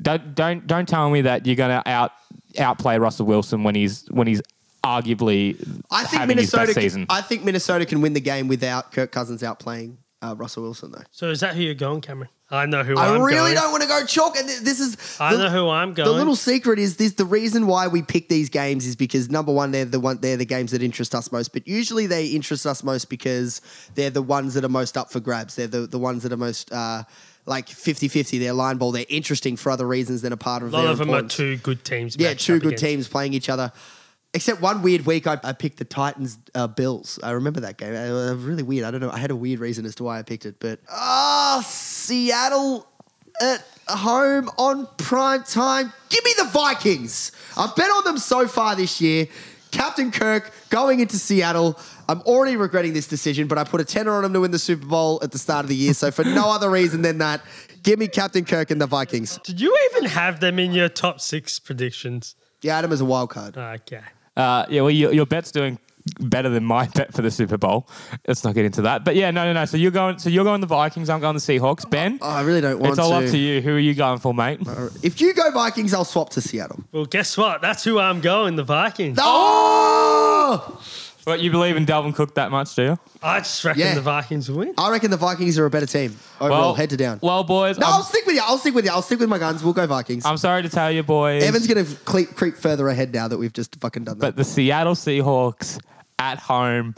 Speaker 4: Don't don't don't tell me that you're going to out outplay Russell Wilson when he's when he's arguably
Speaker 2: I think
Speaker 4: having
Speaker 2: Minnesota.
Speaker 4: his best
Speaker 2: can,
Speaker 4: season.
Speaker 2: I think Minnesota can win the game without Kirk Cousins outplaying uh, Russell Wilson, though.
Speaker 1: So is that who you're going, Cameron? I know who
Speaker 2: I
Speaker 1: am
Speaker 2: really
Speaker 1: going.
Speaker 2: don't want to go chalk, and th- this is.
Speaker 1: I know who I'm
Speaker 2: The
Speaker 1: going.
Speaker 2: little secret is this: the reason why we pick these games is because number one, they're the one they're the games that interest us most. But usually, they interest us most because they're the ones that are most up for grabs. They're the, the ones that are most. Uh, like 50-50, they're line ball. They're interesting for other reasons than a part of
Speaker 1: A lot
Speaker 2: their
Speaker 1: of them are
Speaker 2: importance.
Speaker 1: two good teams.
Speaker 2: Yeah,
Speaker 1: matched
Speaker 2: two
Speaker 1: up
Speaker 2: good
Speaker 1: against.
Speaker 2: teams playing each other. Except one weird week, I, I picked the Titans uh, Bills. I remember that game. It was really weird. I don't know. I had a weird reason as to why I picked it, but ah, Seattle at home on prime time. Give me the Vikings. I've bet on them so far this year. Captain Kirk going into Seattle. I'm already regretting this decision, but I put a tenner on them to win the Super Bowl at the start of the year. So for no other reason than that, give me Captain Kirk and the Vikings.
Speaker 1: Did you even have them in your top six predictions?
Speaker 2: Yeah, Adam is a wild card.
Speaker 1: Okay.
Speaker 4: uh, yeah, well, your, your bet's doing better than my bet for the Super Bowl. Let's not get into that. But yeah, no, no, no. So you're going. So you're going the Vikings. I'm going the Seahawks. Ben,
Speaker 2: Oh, I really don't want
Speaker 4: it's all
Speaker 2: to.
Speaker 4: up to you. Who are you going for, mate?
Speaker 2: If you go Vikings, I'll swap to Seattle.
Speaker 1: Well, guess what? That's who I'm going, the Vikings.
Speaker 2: Oh!
Speaker 4: But you believe in Dalvin Cook that much, do you?
Speaker 1: I just reckon
Speaker 2: Yeah.
Speaker 1: the Vikings will win.
Speaker 2: I reckon the Vikings are a better team overall, head to down.
Speaker 4: Well, um, boys,
Speaker 2: no, I'll
Speaker 4: I'm,
Speaker 2: stick with you. I'll stick with you. I'll stick with my guns. We'll go Vikings.
Speaker 4: I'm sorry to tell you, boys,
Speaker 2: Evan's going to creep, creep further ahead now that we've just fucking done that.
Speaker 4: but the Seattle Seahawks at home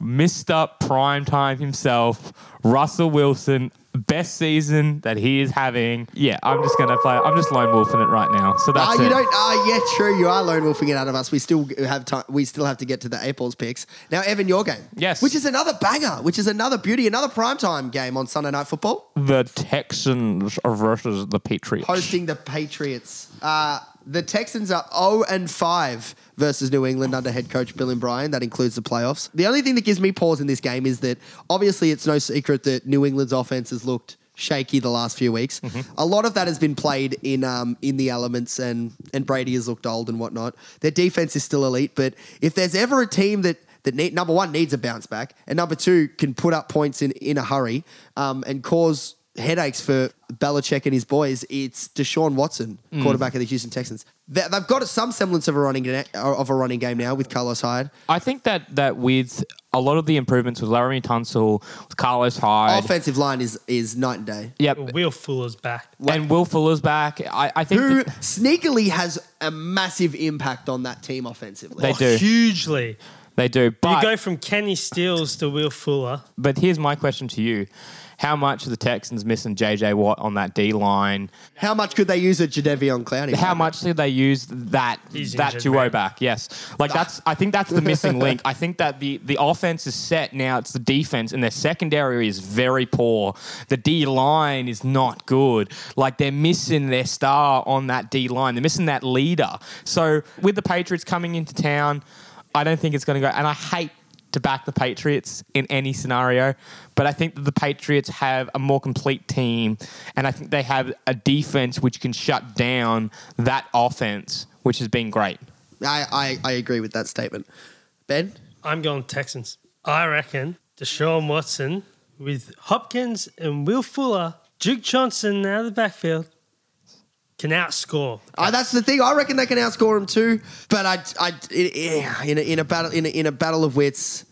Speaker 4: missed up prime time himself. Russell Wilson, best season that he is having. Yeah, I'm just gonna play. I'm just lone wolfing it right now. So
Speaker 2: Ah,
Speaker 4: that's
Speaker 2: you
Speaker 4: it.
Speaker 2: don't. Ah, yeah, true. You are lone wolfing it out of us. We still have time. We still have to get to the eight balls picks. Now, Evan, your game.
Speaker 4: Yes.
Speaker 2: Which is another banger. Which is another beauty. Another primetime game on Sunday Night Football,
Speaker 4: the Texans versus the Patriots.
Speaker 2: hosting the Patriots. Uh, the Texans are zero and five versus New England under head coach Bill and Brian. That includes the playoffs. The only thing that gives me pause in this game is that obviously it's no secret that New England's offense has looked. Shaky the last few weeks. A lot of that has been played in um, in the elements, and and Brady has looked old and whatnot. Their defense is still elite, but if there's ever a team that that need, number one needs a bounce back, and number two can put up points in in a hurry um, and cause headaches for Belichick and his boys. It's Deshaun Watson,
Speaker 4: Hmm.
Speaker 2: quarterback of the Houston Texans. They, they've got some semblance of a running ga- of a running game now with Carlos Hyde.
Speaker 4: I think that that with a lot of the improvements with Laramie Tunsil, with Carlos Hyde,
Speaker 2: Offensive line is is night and day.
Speaker 4: yep,
Speaker 1: Well, Will Fuller's back.
Speaker 4: and Will Fuller's back. I, I think
Speaker 2: Who
Speaker 4: that
Speaker 2: sneakily has a massive impact on that team offensively.
Speaker 4: They do.
Speaker 1: Hugely.
Speaker 4: they do.
Speaker 1: You
Speaker 4: But
Speaker 1: go from Kenny Steals to Will Fuller.
Speaker 4: but here's my question to you: How much are the Texans missing JJ Watt on that D line?
Speaker 2: How much could they use a Jadevion Clowney?
Speaker 4: How much did they use that
Speaker 1: He's
Speaker 4: that
Speaker 1: injured,
Speaker 4: duo
Speaker 1: man.
Speaker 4: back? Yes, like that's. I think that's the missing link. I think that the the offense is set now. It's the defense, and their secondary is very poor. The D line is not good. Like they're missing their star on that D line. They're missing that leader. So with the Patriots coming into town, I don't think it's going to go. And I hate. To back the Patriots in any scenario, but I think that the Patriots have a more complete team, and I think they have a defense which can shut down that offense, which has been great.
Speaker 2: I, I I agree with that statement. Ben,
Speaker 1: I'm going Texans. I reckon Deshaun Watson with Hopkins and Will Fuller, Duke Johnson out of the backfield, can outscore.
Speaker 2: Uh, that's the thing. I reckon they can outscore him too. But I, I i- in a, in a battle in a, in a battle of wits,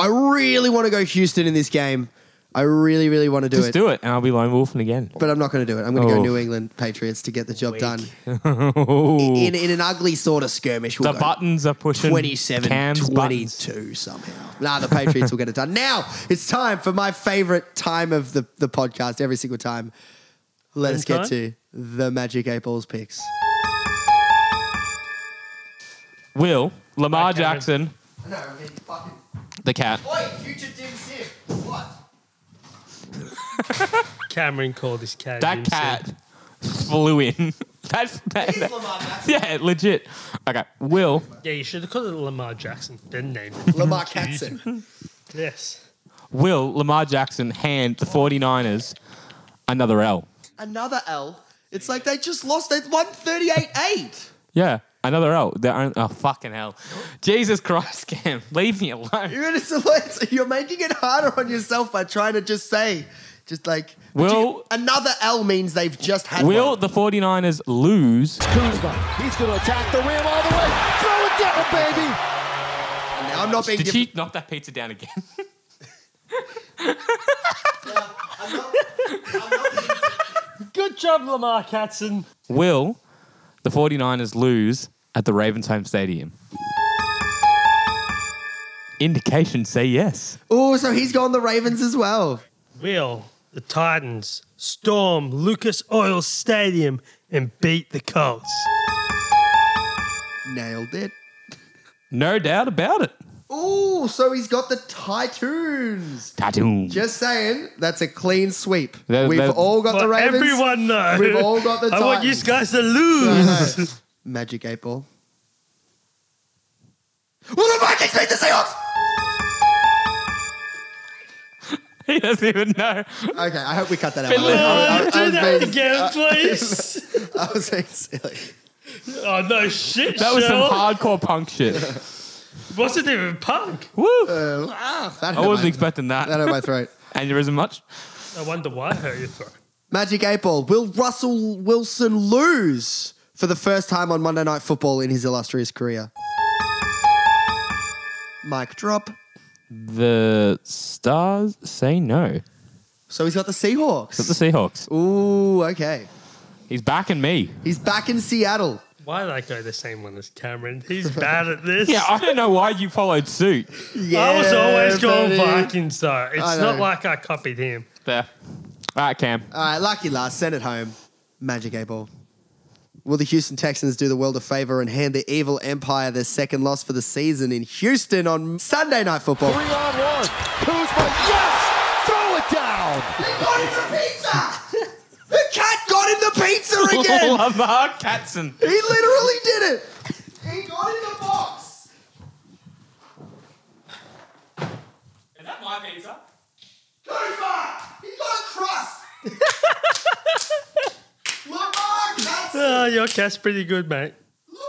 Speaker 2: I really want to go Houston in this game. I really, really want to do
Speaker 4: Just
Speaker 2: it.
Speaker 4: do it, and I'll be lone wolfing again.
Speaker 2: But I'm not going to do it. I'm going to go
Speaker 4: Oh.
Speaker 2: New England Patriots to get the job
Speaker 1: Weak.
Speaker 2: done.
Speaker 4: Ooh.
Speaker 2: In, in an ugly sort of skirmish,
Speaker 4: The
Speaker 2: we'll go
Speaker 4: buttons are pushing
Speaker 2: 27
Speaker 4: Cam's
Speaker 2: 22
Speaker 4: buttons.
Speaker 2: somehow. Nah, the Patriots will get it done. Now it's time for my favorite time of the, the podcast every single time. Let us get
Speaker 1: time?
Speaker 2: to the Magic Eight Balls picks.
Speaker 4: Will Lamar
Speaker 1: Okay.
Speaker 4: Jackson,
Speaker 2: No, I mean, fucking.
Speaker 4: the cat?
Speaker 2: Oi, future Dim Sim. What?
Speaker 1: Cameron called his cat.
Speaker 4: That
Speaker 1: Jimson.
Speaker 4: cat flew in. That's that,
Speaker 2: He's Lamar Jackson.
Speaker 4: yeah, legit. Okay, Will
Speaker 1: Yeah, you should have called it Lamar Jackson. Then name it.
Speaker 2: Lamar Katzen.
Speaker 1: Yes.
Speaker 4: Will Lamar Jackson hand the 49ers another L?
Speaker 2: Another L. It's like they just lost. They won 38 8.
Speaker 4: Yeah, another L. Their own, oh fucking hell! Jesus Christ, Cam, leave me alone.
Speaker 2: You're, in a silhouette. you're making it harder on yourself by trying to just say, just like.
Speaker 4: Will-
Speaker 2: another L means they've just had.
Speaker 4: Will
Speaker 2: one.
Speaker 4: the 49ers lose?
Speaker 3: He's going to attack the rim all the way. Throw it down, baby.
Speaker 2: Now, I'm not being.
Speaker 4: Did
Speaker 2: Diff-
Speaker 4: she knock that pizza down again?
Speaker 2: I'm not- I'm not being-
Speaker 1: Good job, Lamar Katzen.
Speaker 4: Will the 49ers lose at the Ravens home stadium? Indications say yes.
Speaker 2: oh, so he's gone the Ravens as well.
Speaker 1: Will the Titans storm Lucas Oil Stadium and beat the Colts?
Speaker 2: Nailed it.
Speaker 4: No doubt about it.
Speaker 2: Oh, so he's got the Titans.
Speaker 4: Tattoo.
Speaker 2: Just saying, that's a clean sweep.
Speaker 4: That-
Speaker 2: We've
Speaker 4: that-
Speaker 2: all got
Speaker 1: But
Speaker 2: the Ravens.
Speaker 1: everyone knows.
Speaker 2: We've all got the
Speaker 1: I want you
Speaker 2: Titans.
Speaker 1: guys to lose.
Speaker 2: Magic eight ball. Will the Vikings beat the Seahawks?
Speaker 4: He doesn't even know.
Speaker 2: Okay, I hope we cut that out.
Speaker 4: Finley.
Speaker 2: I,
Speaker 1: Oh, do that
Speaker 2: being,
Speaker 1: again, please.
Speaker 2: I was being silly.
Speaker 1: Oh no, shit,
Speaker 4: That was some
Speaker 1: Sherlock.
Speaker 4: hardcore punk shit.
Speaker 1: wasn't even punk.
Speaker 4: Woo!
Speaker 2: Ah, that
Speaker 4: I
Speaker 2: hurt
Speaker 4: wasn't
Speaker 2: my-
Speaker 4: expecting that.
Speaker 2: That hurt my throat.
Speaker 4: and there isn't much.
Speaker 1: I wonder why I hurt your throat.
Speaker 2: Magic eight ball. Will Russell Wilson lose for the first time on Monday Night Football in his illustrious career? Mic drop.
Speaker 4: The stars say no.
Speaker 2: So he's got the Seahawks.
Speaker 4: It's the Seahawks.
Speaker 2: Ooh, okay.
Speaker 4: He's backing me.
Speaker 2: He's back in Seattle.
Speaker 1: Why did I go the same one as Cameron? He's bad at this.
Speaker 4: Yeah, I don't know why you followed suit.
Speaker 2: Yeah,
Speaker 1: I was always going
Speaker 2: buddy.
Speaker 1: Vikings though. It's
Speaker 2: I
Speaker 1: not
Speaker 2: know.
Speaker 1: like I copied him.
Speaker 4: Fair. All right, Cam.
Speaker 2: All right, lucky last. Send it home. Magic eight ball. Will the Houston Texans do the world a favor and hand the evil empire their second loss for the season in Houston on Sunday Night Football?
Speaker 3: Three on one. Kuzma, yes! Throw it down!
Speaker 2: got him the pizza. The cat got him the pizza again.
Speaker 4: Lamar Katzen.
Speaker 2: he literally did it. He got in the box.
Speaker 4: Is that my pizza?
Speaker 2: Cooper, he got a crust. Lamar Jackson,
Speaker 1: Oh, your cat's pretty good, mate.
Speaker 2: look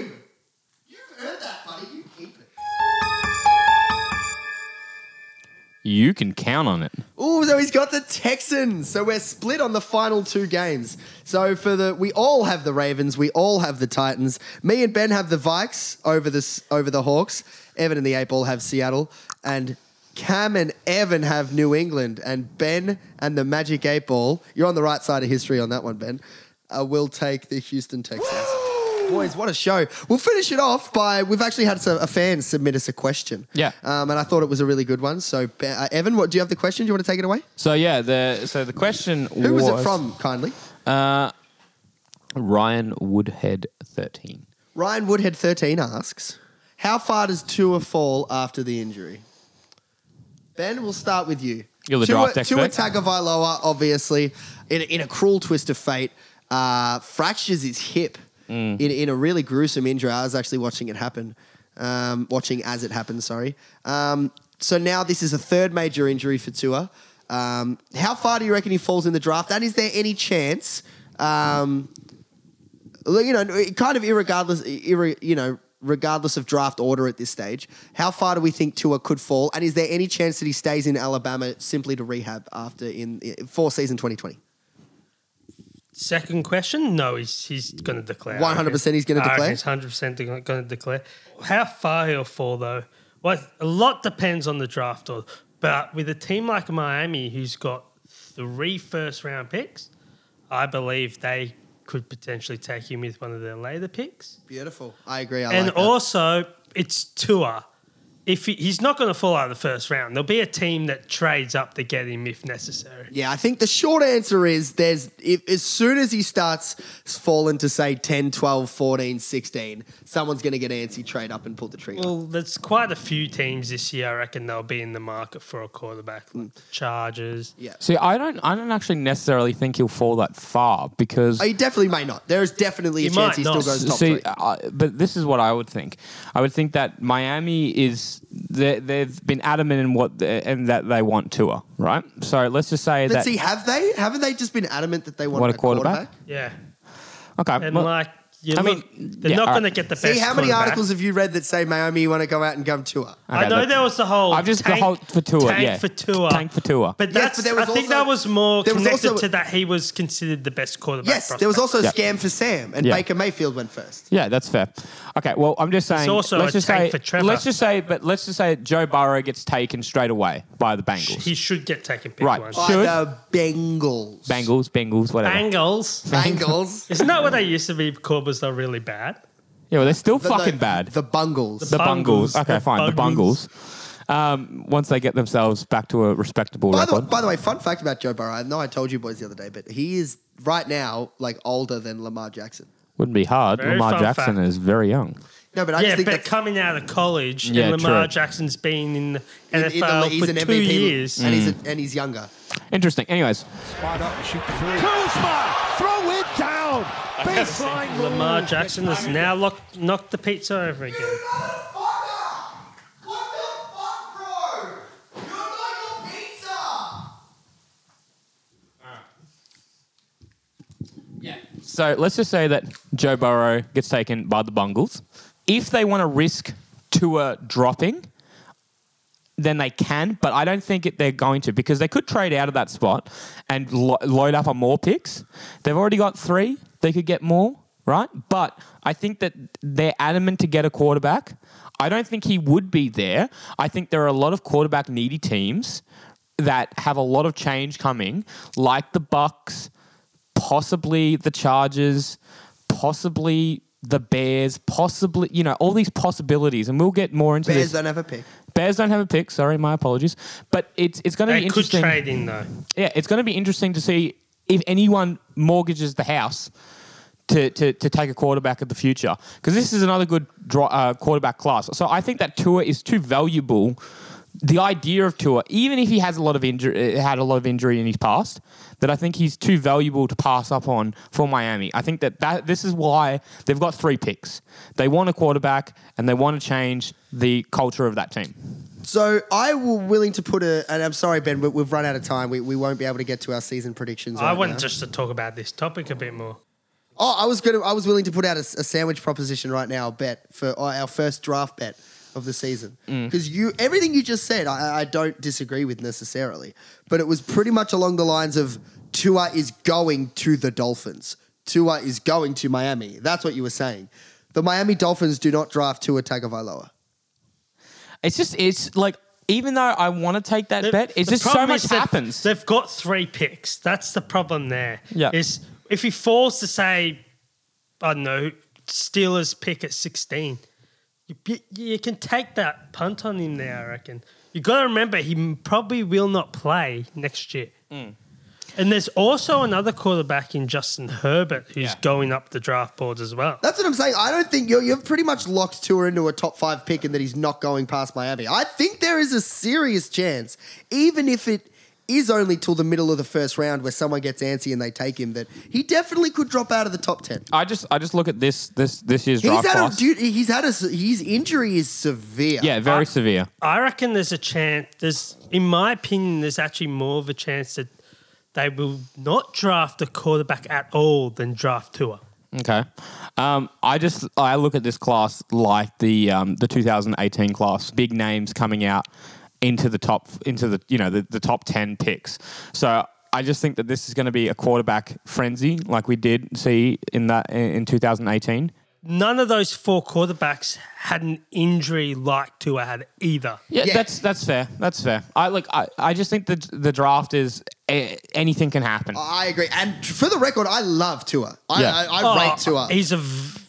Speaker 2: at him. You've earned that, buddy. You keep it.
Speaker 4: You can count on it.
Speaker 2: Ooh, so he's got the Texans. So we're split on the final two games. So for the we all have the Ravens, we all have the Titans. Me and Ben have the Vikes over the S- over the Hawks. Evan and the Eight Ball have Seattle, and Cam and Evan have New England, and Ben and the Magic Eight Ball. You're on the right side of history on that one, Ben. Uh, will take the Houston Texans. Boys, what a show. We'll finish it off by we've actually had some, a fan submit us a question.
Speaker 4: Yeah.
Speaker 2: Um, and I thought it was a really good one. So, Be- uh, Evan, what do you have the question? Do you want to take it away?
Speaker 4: So yeah, the so the question
Speaker 2: Who was, it from, kindly?
Speaker 4: Ryan Woodhead thirteen.
Speaker 2: Ryan Woodhead13 asks How far does Tua fall after the injury? Ben, we'll start with you.
Speaker 4: You're the
Speaker 2: Tua,
Speaker 4: draft
Speaker 2: Tua
Speaker 4: expert.
Speaker 2: Tagovailoa, obviously, in, in a cruel twist of fate, uh, fractures his hip
Speaker 4: Mm.
Speaker 2: in, in a really gruesome injury. I was actually watching it happen, um, watching as it happened, sorry. Um, so now this is a third major injury for Tua. Um, how far do you reckon he falls in the draft? And is there any chance Look, you know, it kind of irregardless, irre, you know, regardless of draft order at this stage, how far do we think Tua could fall? And is there any chance that he stays in Alabama simply to rehab after in for season 2020?
Speaker 1: Second question? No, he's he's going to declare.
Speaker 2: 100% he's gonna
Speaker 1: I Ah, reckon
Speaker 2: declare?
Speaker 1: He's hundred percent going to declare. How far he'll fall though? Well, a lot depends on the draft order. But with a team like Miami, who's got three first round picks, I believe they could potentially take him with one of their later picks.
Speaker 2: Beautiful. I agree. I
Speaker 1: and
Speaker 2: like that.
Speaker 1: also, it's Tua. If he, he's not going to fall out of the first round, there'll be a team that trades up to get him if necessary.
Speaker 2: Yeah, I think the short answer is there's if, as soon as he starts falling to say 10, 12, 14, 16, someone's going to get antsy, trade up and pull the trigger.
Speaker 1: Well, there's quite a few teams this year. I reckon they'll be in the market for a quarterback,
Speaker 2: Hmm.
Speaker 1: like the Chargers.
Speaker 4: See, I don't I don't actually necessarily think he'll fall that far because
Speaker 2: he definitely may not. There is definitely a
Speaker 1: He
Speaker 2: chance
Speaker 1: might
Speaker 2: he still
Speaker 1: not.
Speaker 2: goes top
Speaker 4: See, uh,
Speaker 2: three.
Speaker 4: I- but this is what I would think. I would think that Miami is they- they've been adamant in what they, and that they want Tua, right? So let's just say
Speaker 2: But
Speaker 4: that.
Speaker 2: see, have they? Haven't they just been adamant that they want
Speaker 4: What a
Speaker 2: a quarterback?
Speaker 4: quarterback?
Speaker 1: Yeah,
Speaker 4: okay,
Speaker 1: and
Speaker 4: well,
Speaker 1: like you
Speaker 4: I
Speaker 1: look,
Speaker 4: mean,
Speaker 1: they're
Speaker 4: yeah,
Speaker 1: not
Speaker 4: all
Speaker 1: going to
Speaker 4: right.
Speaker 1: get the best.
Speaker 2: See, how many
Speaker 1: quarterback.
Speaker 2: articles have you read that say Miami want to go out and go tour?
Speaker 1: I
Speaker 4: Okay,
Speaker 1: know
Speaker 4: look.
Speaker 1: there was the whole.
Speaker 4: I've just- the
Speaker 1: tank,
Speaker 4: whole- for Tua,
Speaker 1: tank
Speaker 4: yeah.
Speaker 1: for Tua,
Speaker 4: Tank for Tua.
Speaker 1: But
Speaker 2: Yes,
Speaker 1: that's
Speaker 2: but there was
Speaker 1: I think
Speaker 2: also-
Speaker 1: that was more
Speaker 2: there was
Speaker 1: connected
Speaker 2: also-
Speaker 1: to that he was considered the best quarterback.
Speaker 2: Yes, there was
Speaker 1: prospect.
Speaker 2: also a
Speaker 4: Yeah.
Speaker 2: scam for Sam, and
Speaker 4: Yeah.
Speaker 2: Baker Mayfield went first.
Speaker 4: yeah, that's fair. Okay, well, I'm just saying.
Speaker 1: also
Speaker 4: let's
Speaker 1: a
Speaker 4: just
Speaker 1: tank
Speaker 4: say,
Speaker 1: for Trevor.
Speaker 4: let's just say, but let's just say Joe Burrow gets taken straight away by the Bengals.
Speaker 1: he should get taken pick
Speaker 4: Right.
Speaker 1: one.
Speaker 2: By
Speaker 4: Oh, Should?
Speaker 2: the Bengals.
Speaker 4: Bengals, Bengals, whatever.
Speaker 1: Bengals.
Speaker 2: Bengals.
Speaker 1: Isn't that what they used to be called? Was they really bad?
Speaker 4: Yeah, well, they're still
Speaker 2: The-
Speaker 4: fucking
Speaker 2: the-
Speaker 4: bad.
Speaker 2: The Bungles.
Speaker 4: The bungles.
Speaker 1: Bungles.
Speaker 4: Okay,
Speaker 1: The
Speaker 4: fine.
Speaker 1: Bungles.
Speaker 4: The bungles. Um, once they get themselves back to a respectable
Speaker 2: by, the,
Speaker 4: record.
Speaker 2: by the way, fun fact about Joe Burrow. I know I told you boys the other day, but he is right now like older than Lamar Jackson.
Speaker 4: Wouldn't be hard.
Speaker 1: Very
Speaker 4: Lamar
Speaker 1: fun
Speaker 4: Jackson
Speaker 1: fact.
Speaker 4: is very young.
Speaker 2: No, but I
Speaker 1: yeah,
Speaker 2: just think
Speaker 1: but
Speaker 2: that's
Speaker 1: coming out of college,
Speaker 4: Yeah,
Speaker 1: and Lamar
Speaker 4: true.
Speaker 1: Jackson's been in the
Speaker 2: in-
Speaker 1: NFL
Speaker 2: in the-
Speaker 1: for two years.
Speaker 2: and he's
Speaker 4: Mm.
Speaker 2: a, and he's younger.
Speaker 4: Interesting. Anyways,
Speaker 3: Spot up and shoot the three. Kuzma, throw it down! Baseline
Speaker 1: Lamar Jackson has now locked, knocked the pizza over again.
Speaker 4: so let's just say that Joe Burrow gets taken by the Bungles. If they want to risk Tua dropping, then they can. But I don't think it, they're going to because they could trade out of that spot and lo- load up on more picks. They've already got three. They could get more, right? But I think that they're adamant to get a quarterback. I don't think he would be there. I think there are a lot of quarterback needy teams that have a lot of change coming, like the Bucks, possibly the Chargers, possibly the Bears, possibly you know all these possibilities, and we'll get more into
Speaker 2: Bears
Speaker 4: this.
Speaker 2: don't have a pick.
Speaker 4: Bears don't have a pick. Sorry, my apologies. But it's it's going to be
Speaker 1: They could
Speaker 4: interesting.
Speaker 1: trade in though.
Speaker 4: Yeah, it's going to be interesting to see if anyone mortgages the house to, to, to take a quarterback of the future because this is another good draw, uh, quarterback class. So I think that Tua is too valuable. The idea of Tua, even if he has a lot of injury, had a lot of injury in his past, that I think he's too valuable to pass up on for Miami. I think that, that this is why they've got three picks. They want a quarterback and they want to change the culture of that team.
Speaker 2: So I will willing to put a, and I'm sorry, Ben, but we've run out of time. We, we won't be able to get to our season predictions.
Speaker 1: I
Speaker 2: right
Speaker 1: want
Speaker 2: now.
Speaker 1: just to talk about this topic a bit more.
Speaker 2: Oh, I was gonna. I was willing to put out a, a sandwich proposition right now, a bet for uh, our our first draft bet of the season. Because you, everything you just said, I, I don't disagree with necessarily, but it was pretty much along the lines of Tua is going to the Dolphins. Tua is going to Miami. That's what you were saying. The Miami Dolphins do not draft Tua Tagovailoa.
Speaker 4: It's just it's like even though I want to take that bet, it's
Speaker 1: The
Speaker 4: just so
Speaker 1: problem
Speaker 4: much
Speaker 1: is they've-
Speaker 4: happens.
Speaker 1: They've got three picks. That's the problem there.
Speaker 4: Yeah.
Speaker 1: Is if he falls to say, I don't know, Steelers pick at 16, you, you, you can take that punt on him there, I reckon. you got to remember, he m- probably will not play next year. And there's also another quarterback in Justin Herbert who's going up the draft boards as well.
Speaker 2: That's what I'm saying. I don't think you're, you've pretty much locked Tua into a top five pick and that he's not going past Miami. I think there is a serious chance, even if it is only till the middle of the first round where someone gets antsy and they take him, that he definitely could drop out of the top 10.
Speaker 4: I just I just look at this this this year's
Speaker 2: He's
Speaker 4: draft
Speaker 2: had, a,
Speaker 4: class.
Speaker 2: dude, he's had a, s- his injury is severe.
Speaker 4: yeah, very
Speaker 1: I-
Speaker 4: severe.
Speaker 1: I reckon there's a chance. There's, in my opinion, there's actually more of a chance that they will not draft a quarterback at all than draft Tua.
Speaker 4: Okay, um, I just I look at this class like the um, the 2018 class, big names coming out into the top into the you know the, the top 10 picks. So I just think that this is going to be a quarterback frenzy, like we did see in that in 2018.
Speaker 1: None of those four quarterbacks had an injury like Tua had either.
Speaker 4: Yeah,
Speaker 2: Yeah.
Speaker 4: that's that's fair. That's fair. I look. I, I just think that the draft is eh, anything can happen.
Speaker 2: I agree. And for the record, I love Tua. I,
Speaker 4: Yeah.
Speaker 2: I, I
Speaker 1: Oh,
Speaker 2: rate Tua.
Speaker 1: He's a. v-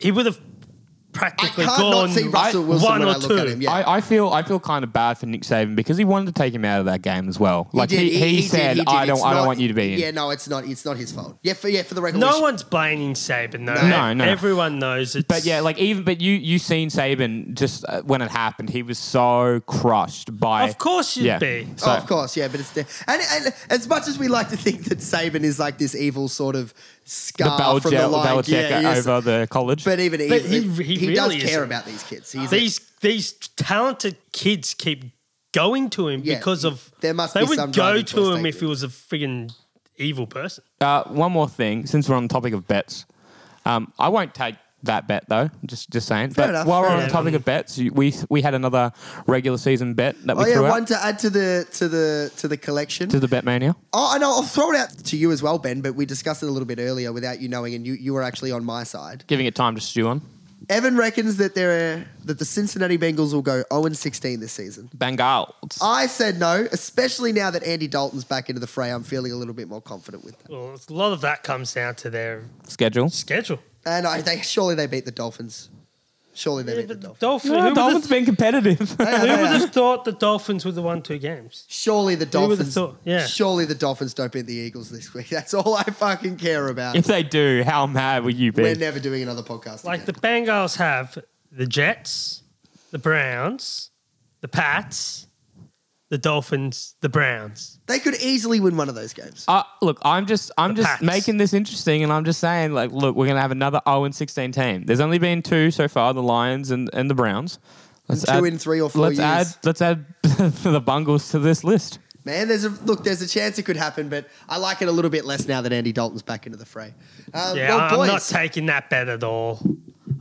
Speaker 1: He would have
Speaker 2: I
Speaker 1: practically
Speaker 2: can't
Speaker 1: gone
Speaker 2: not see Russell Wilson
Speaker 1: one
Speaker 2: when
Speaker 1: or
Speaker 2: I look
Speaker 1: two.
Speaker 2: at him. Yeah.
Speaker 4: I, I feel I feel kind of bad for Nick Saban because he wanted to take him out of that game as well. Like he,
Speaker 2: did-
Speaker 4: he,
Speaker 2: did-
Speaker 4: said,
Speaker 2: he did.
Speaker 4: I don't
Speaker 2: It's
Speaker 4: I
Speaker 2: not-
Speaker 4: don't want you to be in.
Speaker 2: Yeah, no, it's not. It's not his fault. Yeah, for yeah, for the record, we
Speaker 1: No
Speaker 2: should-
Speaker 1: one's blaming Saban though.
Speaker 4: No, no.
Speaker 1: Everyone knows it's.
Speaker 4: But yeah, like even but you you seen Saban just uh, when it happened, he was so crushed by.
Speaker 1: Of course you'd
Speaker 4: yeah.
Speaker 1: be.
Speaker 4: So,
Speaker 2: of course, yeah, but it's there. And, and as much as we like to think that Saban is like this evil sort of
Speaker 4: the
Speaker 2: scar
Speaker 4: Belichick
Speaker 2: from the line, yeah, he is.
Speaker 4: over the college.
Speaker 2: but even
Speaker 1: But
Speaker 2: he,
Speaker 1: he-
Speaker 2: he,
Speaker 1: he
Speaker 2: does
Speaker 1: really
Speaker 2: care
Speaker 1: isn't.
Speaker 2: about these kids. He's
Speaker 1: these these talented kids keep going to him
Speaker 2: Yeah,
Speaker 1: because of
Speaker 2: there must
Speaker 1: they
Speaker 2: be
Speaker 1: would
Speaker 2: some
Speaker 1: go
Speaker 2: driving force
Speaker 1: to him
Speaker 2: they
Speaker 1: if he
Speaker 2: do.
Speaker 1: was a friggin' evil person.
Speaker 4: Uh, one more thing, since we're on the topic of bets, um, I won't take that bet though. Just just saying. but
Speaker 2: enough,
Speaker 4: while we're
Speaker 2: fair
Speaker 4: on the
Speaker 1: enough.
Speaker 4: topic of bets, you- we we had another regular season bet that we
Speaker 2: oh yeah,
Speaker 4: threw out
Speaker 2: one to add to the to the to the collection.
Speaker 4: to the bet mania.
Speaker 2: oh, I know. I'll throw it out to you as well, Ben. But we discussed it a little bit earlier without you knowing, and you you were actually on my side.
Speaker 4: Giving it time to stew on.
Speaker 2: Evan reckons that there are, that the Cincinnati Bengals will go zero and sixteen this season.
Speaker 4: Bengals.
Speaker 2: I said no, especially now that Andy Dalton's back into the fray. I'm feeling a little bit more confident with them.
Speaker 1: Well, a lot of that comes down to their
Speaker 4: Schedule.
Speaker 1: schedule.
Speaker 2: And I, Uh, they surely they beat the Dolphins. Surely they beat the Dolphins.
Speaker 1: Dolphins.
Speaker 4: No,
Speaker 1: who would
Speaker 4: Dolphins
Speaker 1: have,
Speaker 4: been competitive.
Speaker 2: They are, they
Speaker 1: who would
Speaker 2: are.
Speaker 1: have thought the Dolphins would have won two games?
Speaker 2: Surely the
Speaker 1: would've
Speaker 2: Dolphins.
Speaker 1: thought? Yeah.
Speaker 2: Surely the Dolphins don't beat the Eagles this week. That's all I fucking care about.
Speaker 4: if they do, how mad will you
Speaker 2: We're
Speaker 4: be?
Speaker 2: never doing another podcast.
Speaker 1: Like the
Speaker 2: again.
Speaker 1: Bengals have the Jets, the Browns, the Pats, the Dolphins, the Browns.
Speaker 2: they could easily win one of those games.
Speaker 4: Uh, look, I'm just, I'm
Speaker 1: The
Speaker 4: just
Speaker 1: Pats.
Speaker 4: making this interesting, and I'm just saying, like, look, we're gonna have another 0 and 16 team. There's only been two so far: the Lions and, and the Browns. Let's
Speaker 2: two in three or four
Speaker 4: Let's
Speaker 2: years.
Speaker 4: add, let's add the Bungles to this list.
Speaker 2: Man, there's a look. There's a chance it could happen, but I like it a little bit less now that Andy Dalton's back into the fray. Uh,
Speaker 1: Yeah,
Speaker 2: well,
Speaker 1: I- I'm not
Speaker 2: boys,
Speaker 1: taking that bet at all.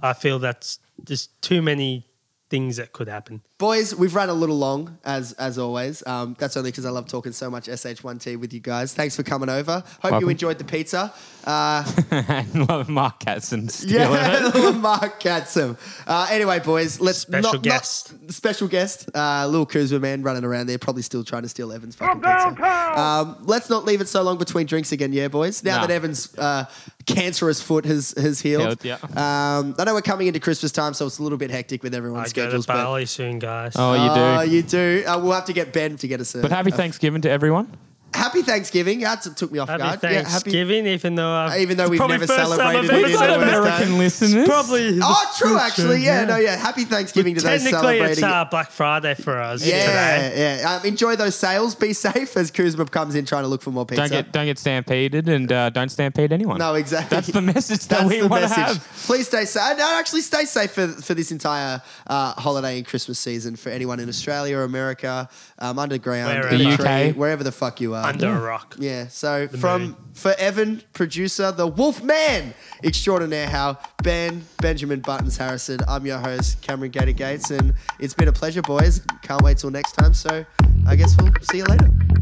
Speaker 1: I feel that's just too many things that could happen.
Speaker 2: Boys, we've run a little long as as always. Um, that's only because I love talking so much SH1T with you guys. Thanks for coming over. Hope you
Speaker 4: Welcome.
Speaker 2: enjoyed the pizza. Uh,
Speaker 4: and love Mark Katzen stealing it.
Speaker 2: yeah, Lamar Katzum. Uh, anyway, boys, let's not-
Speaker 1: Special
Speaker 2: not-
Speaker 1: guest.
Speaker 2: special guest, uh, little Kuzma man running around there, probably still trying to steal Evans' fucking pizza. Um, let's not leave it so long between drinks again, yeah, boys. Now
Speaker 4: Nah.
Speaker 2: that Evans' uh, cancerous foot has has healed,
Speaker 4: Healed, yeah.
Speaker 2: um, I know we're coming into Christmas time, so it's a little bit hectic with everyone's
Speaker 1: I go to
Speaker 2: schedules. but-
Speaker 1: Bali soon, guys.
Speaker 4: Oh, you do.
Speaker 2: Oh, you do. Uh, we'll have to get Ben to get us a.
Speaker 4: but happy Thanksgiving to everyone.
Speaker 2: happy Thanksgiving. That took me off
Speaker 1: happy
Speaker 2: guard. Yeah,
Speaker 1: Thanksgiving, even though I've
Speaker 2: Even though we've
Speaker 1: probably
Speaker 2: never
Speaker 1: first time
Speaker 2: celebrated
Speaker 1: I've
Speaker 2: it
Speaker 1: ever
Speaker 2: either,
Speaker 1: celebrated
Speaker 2: Wednesday.
Speaker 4: American listeners.
Speaker 1: Probably.
Speaker 2: Oh, true. Actually, yeah, No, yeah. Happy Thanksgiving to those
Speaker 1: Technically,
Speaker 2: celebrating.
Speaker 1: it's uh, Black Friday for us
Speaker 2: yeah,
Speaker 1: today.
Speaker 2: yeah. Um, enjoy those sales. Be safe as Kuzma comes in trying to look for more pizza.
Speaker 4: Don't get don't get stampeded and uh, don't stampede anyone.
Speaker 2: no, exactly.
Speaker 4: That's the message that
Speaker 2: That's
Speaker 4: we
Speaker 2: the
Speaker 4: want to
Speaker 2: message.
Speaker 4: have.
Speaker 2: Please stay safe. No, actually, stay safe for, for this entire uh, holiday and Christmas season for anyone in Australia, America, um, underground,
Speaker 1: Wherever.
Speaker 2: in a
Speaker 1: The
Speaker 4: UK.
Speaker 2: tree, wherever the fuck you are.
Speaker 1: Under a rock.
Speaker 2: Yeah. So from
Speaker 1: movie.
Speaker 2: for Evan, producer, the Wolf Man extraordinaire, how Ben Benjamin Buttons Harrison. I'm your host, Cameron Gator Gates, and it's been a pleasure, boys. Can't wait till next time. So I guess we'll see you later.